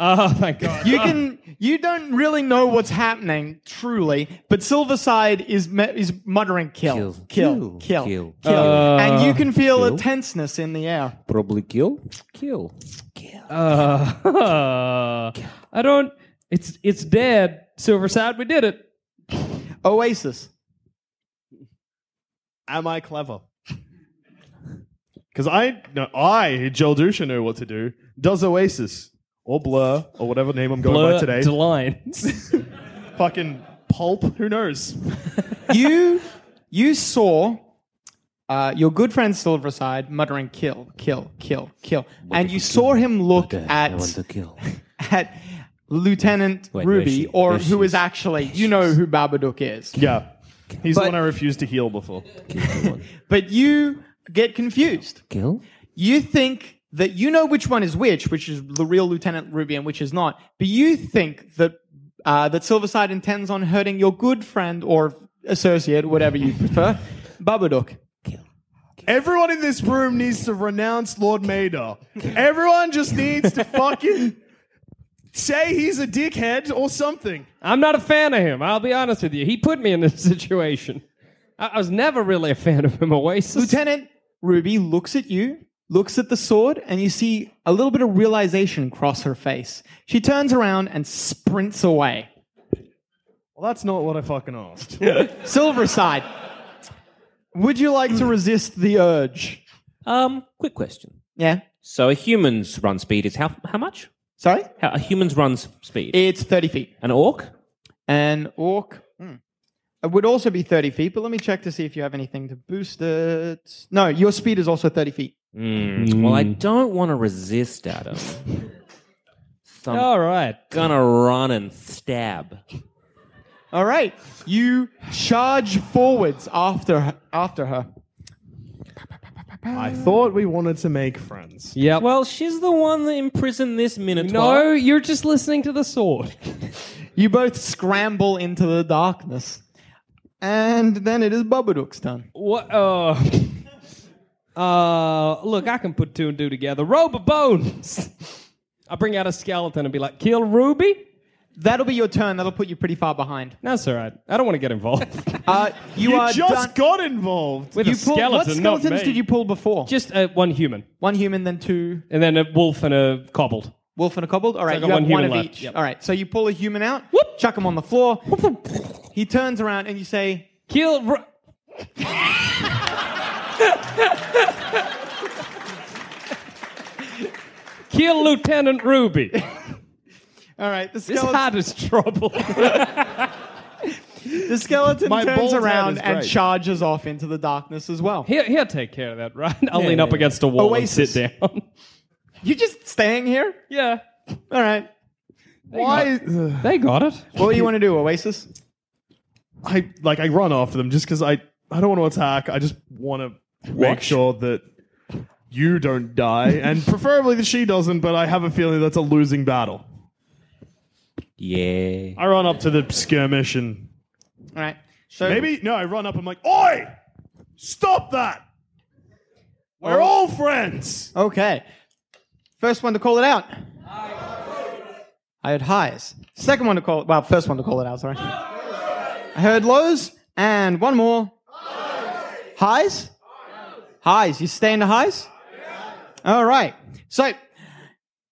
Speaker 5: Oh, thank God.
Speaker 2: You can you don't really know what's happening truly, but Silverside is me- is muttering kill,
Speaker 3: Kill,
Speaker 2: kill, kill,
Speaker 3: kill,
Speaker 2: kill, Uh,
Speaker 3: kill,
Speaker 2: and you can feel a tenseness in the air.
Speaker 3: Probably kill. Kill. Kill.
Speaker 5: Uh, [LAUGHS] I don't. It's it's dead. Silverside, we did it.
Speaker 2: Oasis,
Speaker 4: Am I clever? Because I, no, I, Joel Dusha, know what to do. Does Oasis or Blur or whatever name I'm going by today?
Speaker 5: to lines.
Speaker 4: fucking pulp. Who knows?
Speaker 2: you you saw uh, your good friend Silverside muttering kill, kill, kill, kill, and you saw him look
Speaker 3: I want to
Speaker 2: at
Speaker 3: kill.
Speaker 2: [LAUGHS] at Lieutenant
Speaker 3: Wait, where is
Speaker 2: Ruby,
Speaker 3: she?
Speaker 2: or
Speaker 3: Where
Speaker 2: who
Speaker 3: she
Speaker 2: is
Speaker 3: is?
Speaker 2: actually you know who Babadook is.
Speaker 4: Yeah, he's
Speaker 2: But-
Speaker 4: the one I refused to heal before.
Speaker 2: But you get confused.
Speaker 3: Kill?
Speaker 2: You think that you know which one is which, which is the real Lieutenant Ruby and which is not. But you think that uh, that Silverside intends on hurting your good friend or associate, whatever you prefer, Babadook.
Speaker 4: Everyone in this room needs to renounce Lord Mader. Everyone just needs to fucking say he's a dickhead or something.
Speaker 5: [LAUGHS] I'm not a fan of him. I'll be honest with you. He put me in this [LAUGHS] situation. I, I was never really a fan of him. Oasis.
Speaker 2: Lieutenant Ruby looks at you looks at the sword, and you see a little bit of realization cross her face. She turns around and sprints away.
Speaker 4: Well, that's not what I fucking asked.
Speaker 2: Silverside, would you like to resist the urge?
Speaker 3: Um, quick question.
Speaker 2: Yeah.
Speaker 3: So a human's run speed is how how much?
Speaker 2: Sorry?
Speaker 3: How, a human's run s- speed.
Speaker 2: It's 30 feet.
Speaker 3: An orc?
Speaker 2: An orc. hmm. It would also be 30 feet, but let me check to see if you have anything to boost it. No, your speed is also 30 feet.
Speaker 3: Mm, Well, I don't want to resist, Adam. so I'm
Speaker 5: All right.
Speaker 3: gonna run and stab.
Speaker 2: All right. You charge forwards after her, after her.
Speaker 4: I thought we wanted to make friends.
Speaker 5: Yep.
Speaker 3: Well, she's the one that imprisoned this minute.
Speaker 5: no, you're just listening to the sword. [LAUGHS]
Speaker 2: You both scramble into the darkness. And then it is Babadook's turn.
Speaker 5: What? Uh, [LAUGHS] uh, look, I can put two and two together. Roba bones. [LAUGHS] I bring out a skeleton and be like, "Kill Ruby."
Speaker 2: That'll be your turn. That'll put you pretty far [LAUGHS] behind.
Speaker 5: That's all right. I don't want to get involved. [LAUGHS]
Speaker 2: Uh, you,
Speaker 4: You
Speaker 2: are
Speaker 4: just
Speaker 2: done.
Speaker 4: got involved.
Speaker 5: With
Speaker 2: you
Speaker 5: a
Speaker 2: pulled-
Speaker 5: skeleton,
Speaker 2: what
Speaker 5: not
Speaker 2: skeletons
Speaker 5: me.
Speaker 2: did you pull before?
Speaker 5: Just uh, one human,
Speaker 2: one human, then two
Speaker 5: and then a wolf and a cobbled.
Speaker 2: wolf and a kobold. All right,
Speaker 5: I got
Speaker 2: you have
Speaker 5: one
Speaker 2: one of
Speaker 5: human left.
Speaker 2: each.
Speaker 5: Yep.
Speaker 2: All right, so you pull a human out,
Speaker 5: Whoop.
Speaker 2: chuck him on the floor. He turns around and you say,
Speaker 5: Kill. Ru- Kill
Speaker 2: [LAUGHS]
Speaker 5: Lieutenant Ruby.
Speaker 2: "All right, the
Speaker 5: This
Speaker 2: skeleton,
Speaker 5: heart is
Speaker 2: [LAUGHS]
Speaker 5: trouble.
Speaker 2: the skeleton
Speaker 4: My bald
Speaker 2: turns
Speaker 4: head
Speaker 2: around
Speaker 4: is
Speaker 2: and
Speaker 4: great.
Speaker 2: charges off into the darkness as well."
Speaker 5: he'll, he'll take care of that, right? I'll lean up
Speaker 3: yeah.
Speaker 5: against a wall
Speaker 2: Oasis.
Speaker 5: and sit down. [LAUGHS]
Speaker 2: You just staying here?
Speaker 5: yeah.
Speaker 2: All right.
Speaker 4: Why?
Speaker 5: They got it.
Speaker 2: What do [LAUGHS] you want to do, Oasis?
Speaker 4: I like I run after them just because I I don't want to attack. I just want to make sure that you don't die, and preferably that she doesn't. But I have a feeling that's a losing battle.
Speaker 3: Yeah.
Speaker 4: I run up to the skirmish and
Speaker 2: All right. So
Speaker 4: maybe no. I run up. I'm like, oi, stop that. We're all friends.
Speaker 2: Okay. First one to call it out. I heard highs. Second one to call well, first one to call it out, sorry. I heard lows and one more. Highs? Highs. You stay in the highs? All right. So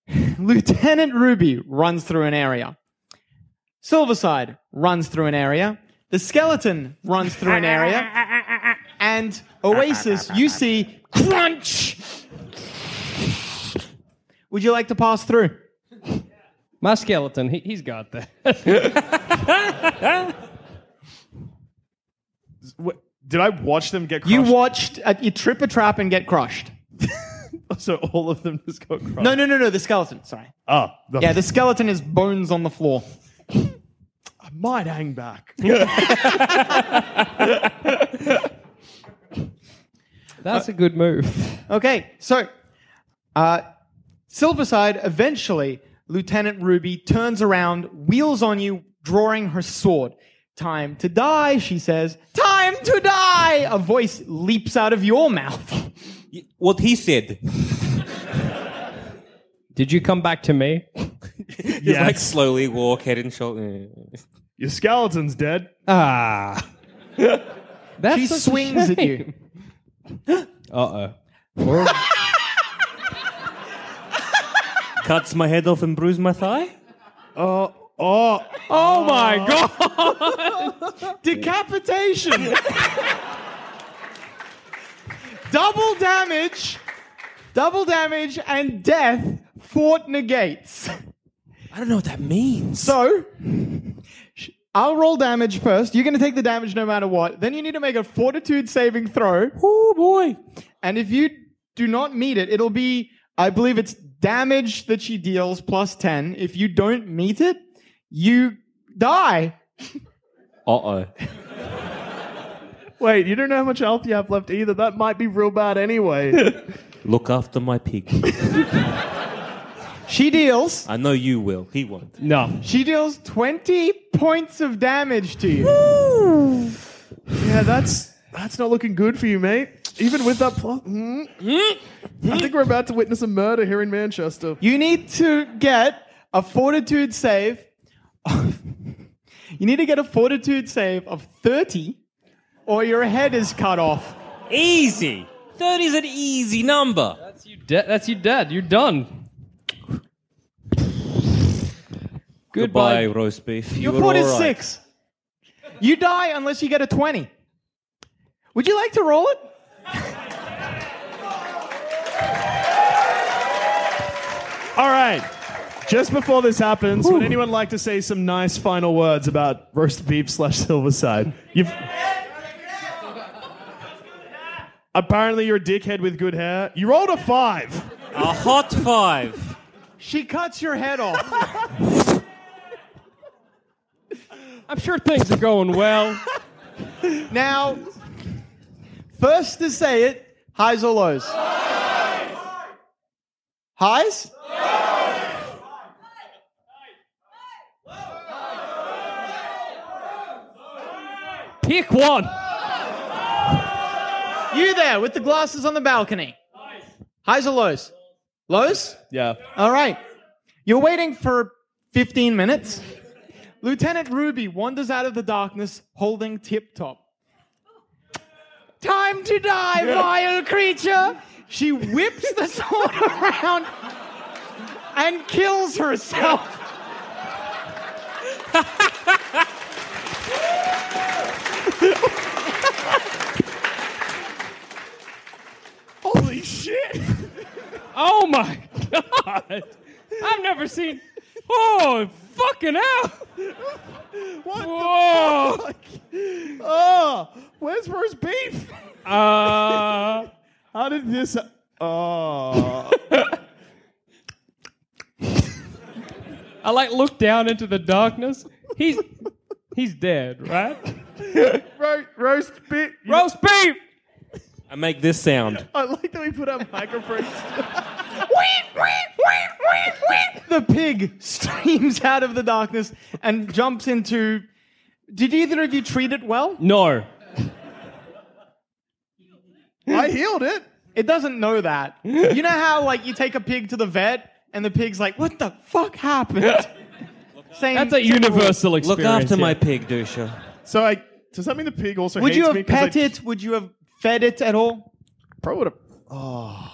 Speaker 2: [LAUGHS] Lieutenant Ruby runs through an area. Silverside runs through an area. The skeleton runs through an area. And Oasis, you see crunch. Would you like to pass through?
Speaker 5: My skeleton, he, he's got that. [LAUGHS]
Speaker 4: Wh- Did I watch them get crushed?
Speaker 2: You watched uh, you trip a trap and get crushed.
Speaker 4: [LAUGHS] so all of them just got crushed.
Speaker 2: No, no, no, no. The skeleton. Sorry.
Speaker 4: Ah, the-
Speaker 2: Yeah, the skeleton is bones on the floor.
Speaker 4: I might hang back. [LAUGHS]
Speaker 5: That's a good move.
Speaker 2: Okay, so uh, Silverside eventually, Lieutenant Ruby turns around, wheels on you, drawing her sword. Time to die, she says. Time to die! A voice leaps out of your mouth.
Speaker 3: What he said.
Speaker 5: Did you come back to me?
Speaker 3: Just like slowly walk, head and shoulder.
Speaker 4: Your skeleton's dead.
Speaker 5: Ah. That's
Speaker 2: She
Speaker 5: such a
Speaker 2: swings at
Speaker 5: shame.
Speaker 2: you.
Speaker 5: Uh-oh.
Speaker 3: Cuts my head off and bruise my thigh.
Speaker 4: Oh,
Speaker 5: Oh my god.
Speaker 2: Decapitation! Double damage, double damage, and death. Fort negates.
Speaker 3: I don't know what that means.
Speaker 2: So, sh- I'll roll damage first. You're going to take the damage no matter what. Then you need to make a fortitude saving throw.
Speaker 3: oh boy.
Speaker 2: And if you do not meet it, it'll be, I believe it's damage that she deals plus 10. If you don't meet it, you die.
Speaker 3: Uh oh.
Speaker 4: wait, you don't know how much health you have left either. That might be real bad
Speaker 2: eh?
Speaker 4: anyway.
Speaker 3: Look after my pig.
Speaker 2: She deals,
Speaker 3: I know you will. He won't.
Speaker 5: No.
Speaker 2: she deals 20 points of damage to you.
Speaker 4: yeah, that's that's not looking good for you, mate. Even with that plot. Mm. I think we're about to witness a murder here in Manchester.
Speaker 2: You need to get a fortitude save. [LAUGHS] you need to get a fortitude save of 30 or your head is cut off.
Speaker 3: Easy. 30 is an easy number.
Speaker 5: That's you dead. That's you dead. You're done.
Speaker 3: Goodbye,
Speaker 5: Goodbye.
Speaker 3: roast beef.
Speaker 2: Your
Speaker 3: were
Speaker 2: port is
Speaker 3: all right.
Speaker 2: six. You die unless you get a 20. Would you like to roll it? [LAUGHS]
Speaker 4: All right. Just before this happens, would anyone like to say some nice final words about roast beef slash Silverside? You've apparently you're a dickhead with good hair. You rolled a five.
Speaker 3: A hot five.
Speaker 2: She cuts your head off.
Speaker 5: I'm sure things are going
Speaker 2: [LAUGHS]
Speaker 5: well.
Speaker 2: Now, first to say it, highs or lows? Highs?
Speaker 5: Pick one.
Speaker 2: You there with the glasses on the balcony. Highs or lows? Lows?
Speaker 4: Yeah.
Speaker 2: All right. You're waiting for 15 minutes. Lieutenant Ruby wanders out of the darkness holding Tip Top. Time to die, vile creature! She whips the [LAUGHS] sword around and kills herself.
Speaker 4: Holy shit!
Speaker 5: Oh my god! I've never seen. Oh fucking hell!
Speaker 4: What
Speaker 5: Whoa!
Speaker 4: the fuck? [LAUGHS] Oh, where's roast beef?
Speaker 5: Uh,
Speaker 4: How did this? Oh,
Speaker 5: I like look down into the darkness. He's he's dead, right?
Speaker 4: Ro- roast beef.
Speaker 5: Roast beef.
Speaker 3: I make this sound.
Speaker 4: I like that we put out microphones. [LAUGHS]
Speaker 2: The pig streams out of the darkness and jumps into. Did either of you treat it well?
Speaker 5: No.
Speaker 4: I healed it.
Speaker 2: It doesn't know that. You know how like you take a pig to the vet and the pig's like, "What the fuck happened?" Same.
Speaker 5: That's a
Speaker 2: same rule.
Speaker 5: universal experience.
Speaker 3: Look after
Speaker 5: yeah.
Speaker 3: my pig, Dusha.
Speaker 4: So I does that mean the pig also?
Speaker 2: Would
Speaker 4: hates
Speaker 2: you
Speaker 4: me
Speaker 2: have
Speaker 4: 'cause I
Speaker 2: pet it? Would you have fed it at all?
Speaker 4: Probably would have. Oh,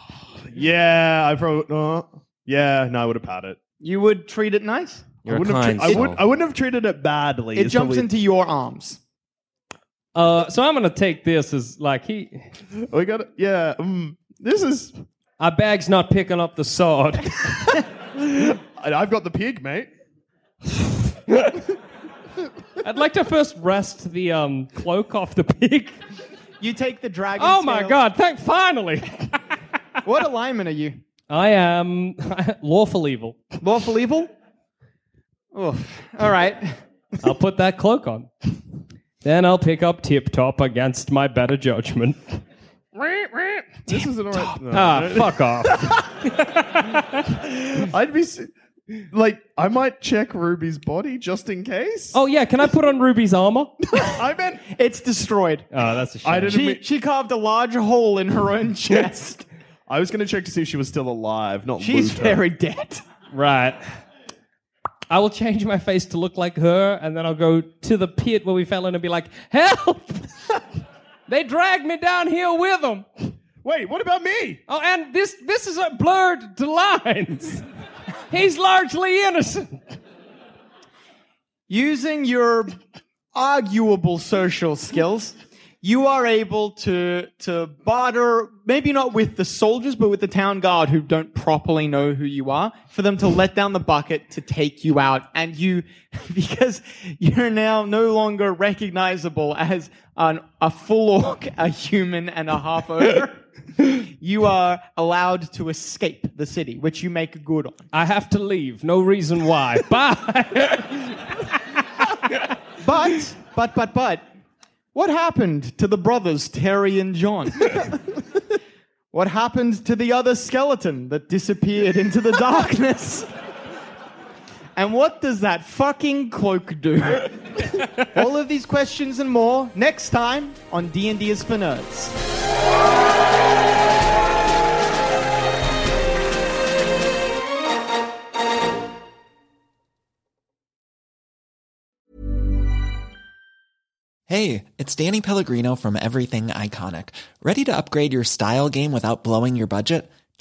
Speaker 4: yeah. I probably. Uh, yeah, no, I would have pat it.
Speaker 2: You would treat it nice.
Speaker 3: You're
Speaker 4: I
Speaker 3: a
Speaker 4: wouldn't, have
Speaker 3: kind
Speaker 4: tre- I,
Speaker 3: soul.
Speaker 4: would, I wouldn't have treated it badly.
Speaker 2: It
Speaker 4: is
Speaker 2: jumps
Speaker 4: probably-
Speaker 2: into your arms.
Speaker 5: Uh, so I'm gonna take this as like he.
Speaker 4: We oh, got. Yeah. mm, this is.
Speaker 5: Our bag's not picking up the sword. [LAUGHS]
Speaker 4: I, I've got the pig, mate.
Speaker 5: I'd like to first wrest the um, cloak off the pig.
Speaker 2: You take the dragon.
Speaker 5: Oh my
Speaker 2: tail.
Speaker 5: god! Thank finally.
Speaker 2: What alignment are you?
Speaker 5: I am [LAUGHS] lawful evil.
Speaker 2: Lawful evil. Oh, all right.
Speaker 5: I'll put that cloak on. Then I'll pick up Tip Top against my better judgment.
Speaker 4: This isn't all right. no, [LAUGHS]
Speaker 5: Ah,
Speaker 4: no.
Speaker 5: fuck off.
Speaker 4: I'd be. s- Like, I might check Ruby's body just in case.
Speaker 5: Oh yeah, can I put on Ruby's
Speaker 4: [LAUGHS]
Speaker 5: armor?
Speaker 4: I meant.
Speaker 2: It's destroyed.
Speaker 5: Oh, that's a shame.
Speaker 4: I didn't
Speaker 2: She
Speaker 4: mean-
Speaker 2: she carved a large hole in her own
Speaker 4: [LAUGHS]
Speaker 2: chest.
Speaker 4: I was going to check to see if she was still alive, not
Speaker 2: She's
Speaker 4: loot her.
Speaker 2: very dead.
Speaker 5: Right. I will change my face to look like her, and then I'll go to the pit where we fell in and be like, "Help! [LAUGHS] they dragged me down here with them."
Speaker 4: Wait, what about me?
Speaker 5: Oh, and this this is a blurred [LAUGHS] to lines. He's largely innocent.
Speaker 2: Using your arguable social skills, you are able to to barter, maybe not with the soldiers, but with the town guard who don't properly know who you are, for them to let down the bucket to take you out. And you, [LAUGHS] because you're now no longer recognizable as an, a full orc, a human, and a half ogre, you are allowed to escape the city, which you make good on.
Speaker 5: I have to leave. No reason
Speaker 4: [LAUGHS]
Speaker 5: why. Bye.
Speaker 2: But, but, but, but, what happened to the brothers Terry and [LAUGHS] John? what happened to the other skeleton that disappeared into the darkness? And what does that fucking cloak do? All of these questions and more next time on D&D is for Nerds.
Speaker 7: Hey, it's Danny Pellegrino from Everything Iconic. Ready to upgrade your style game without blowing your budget?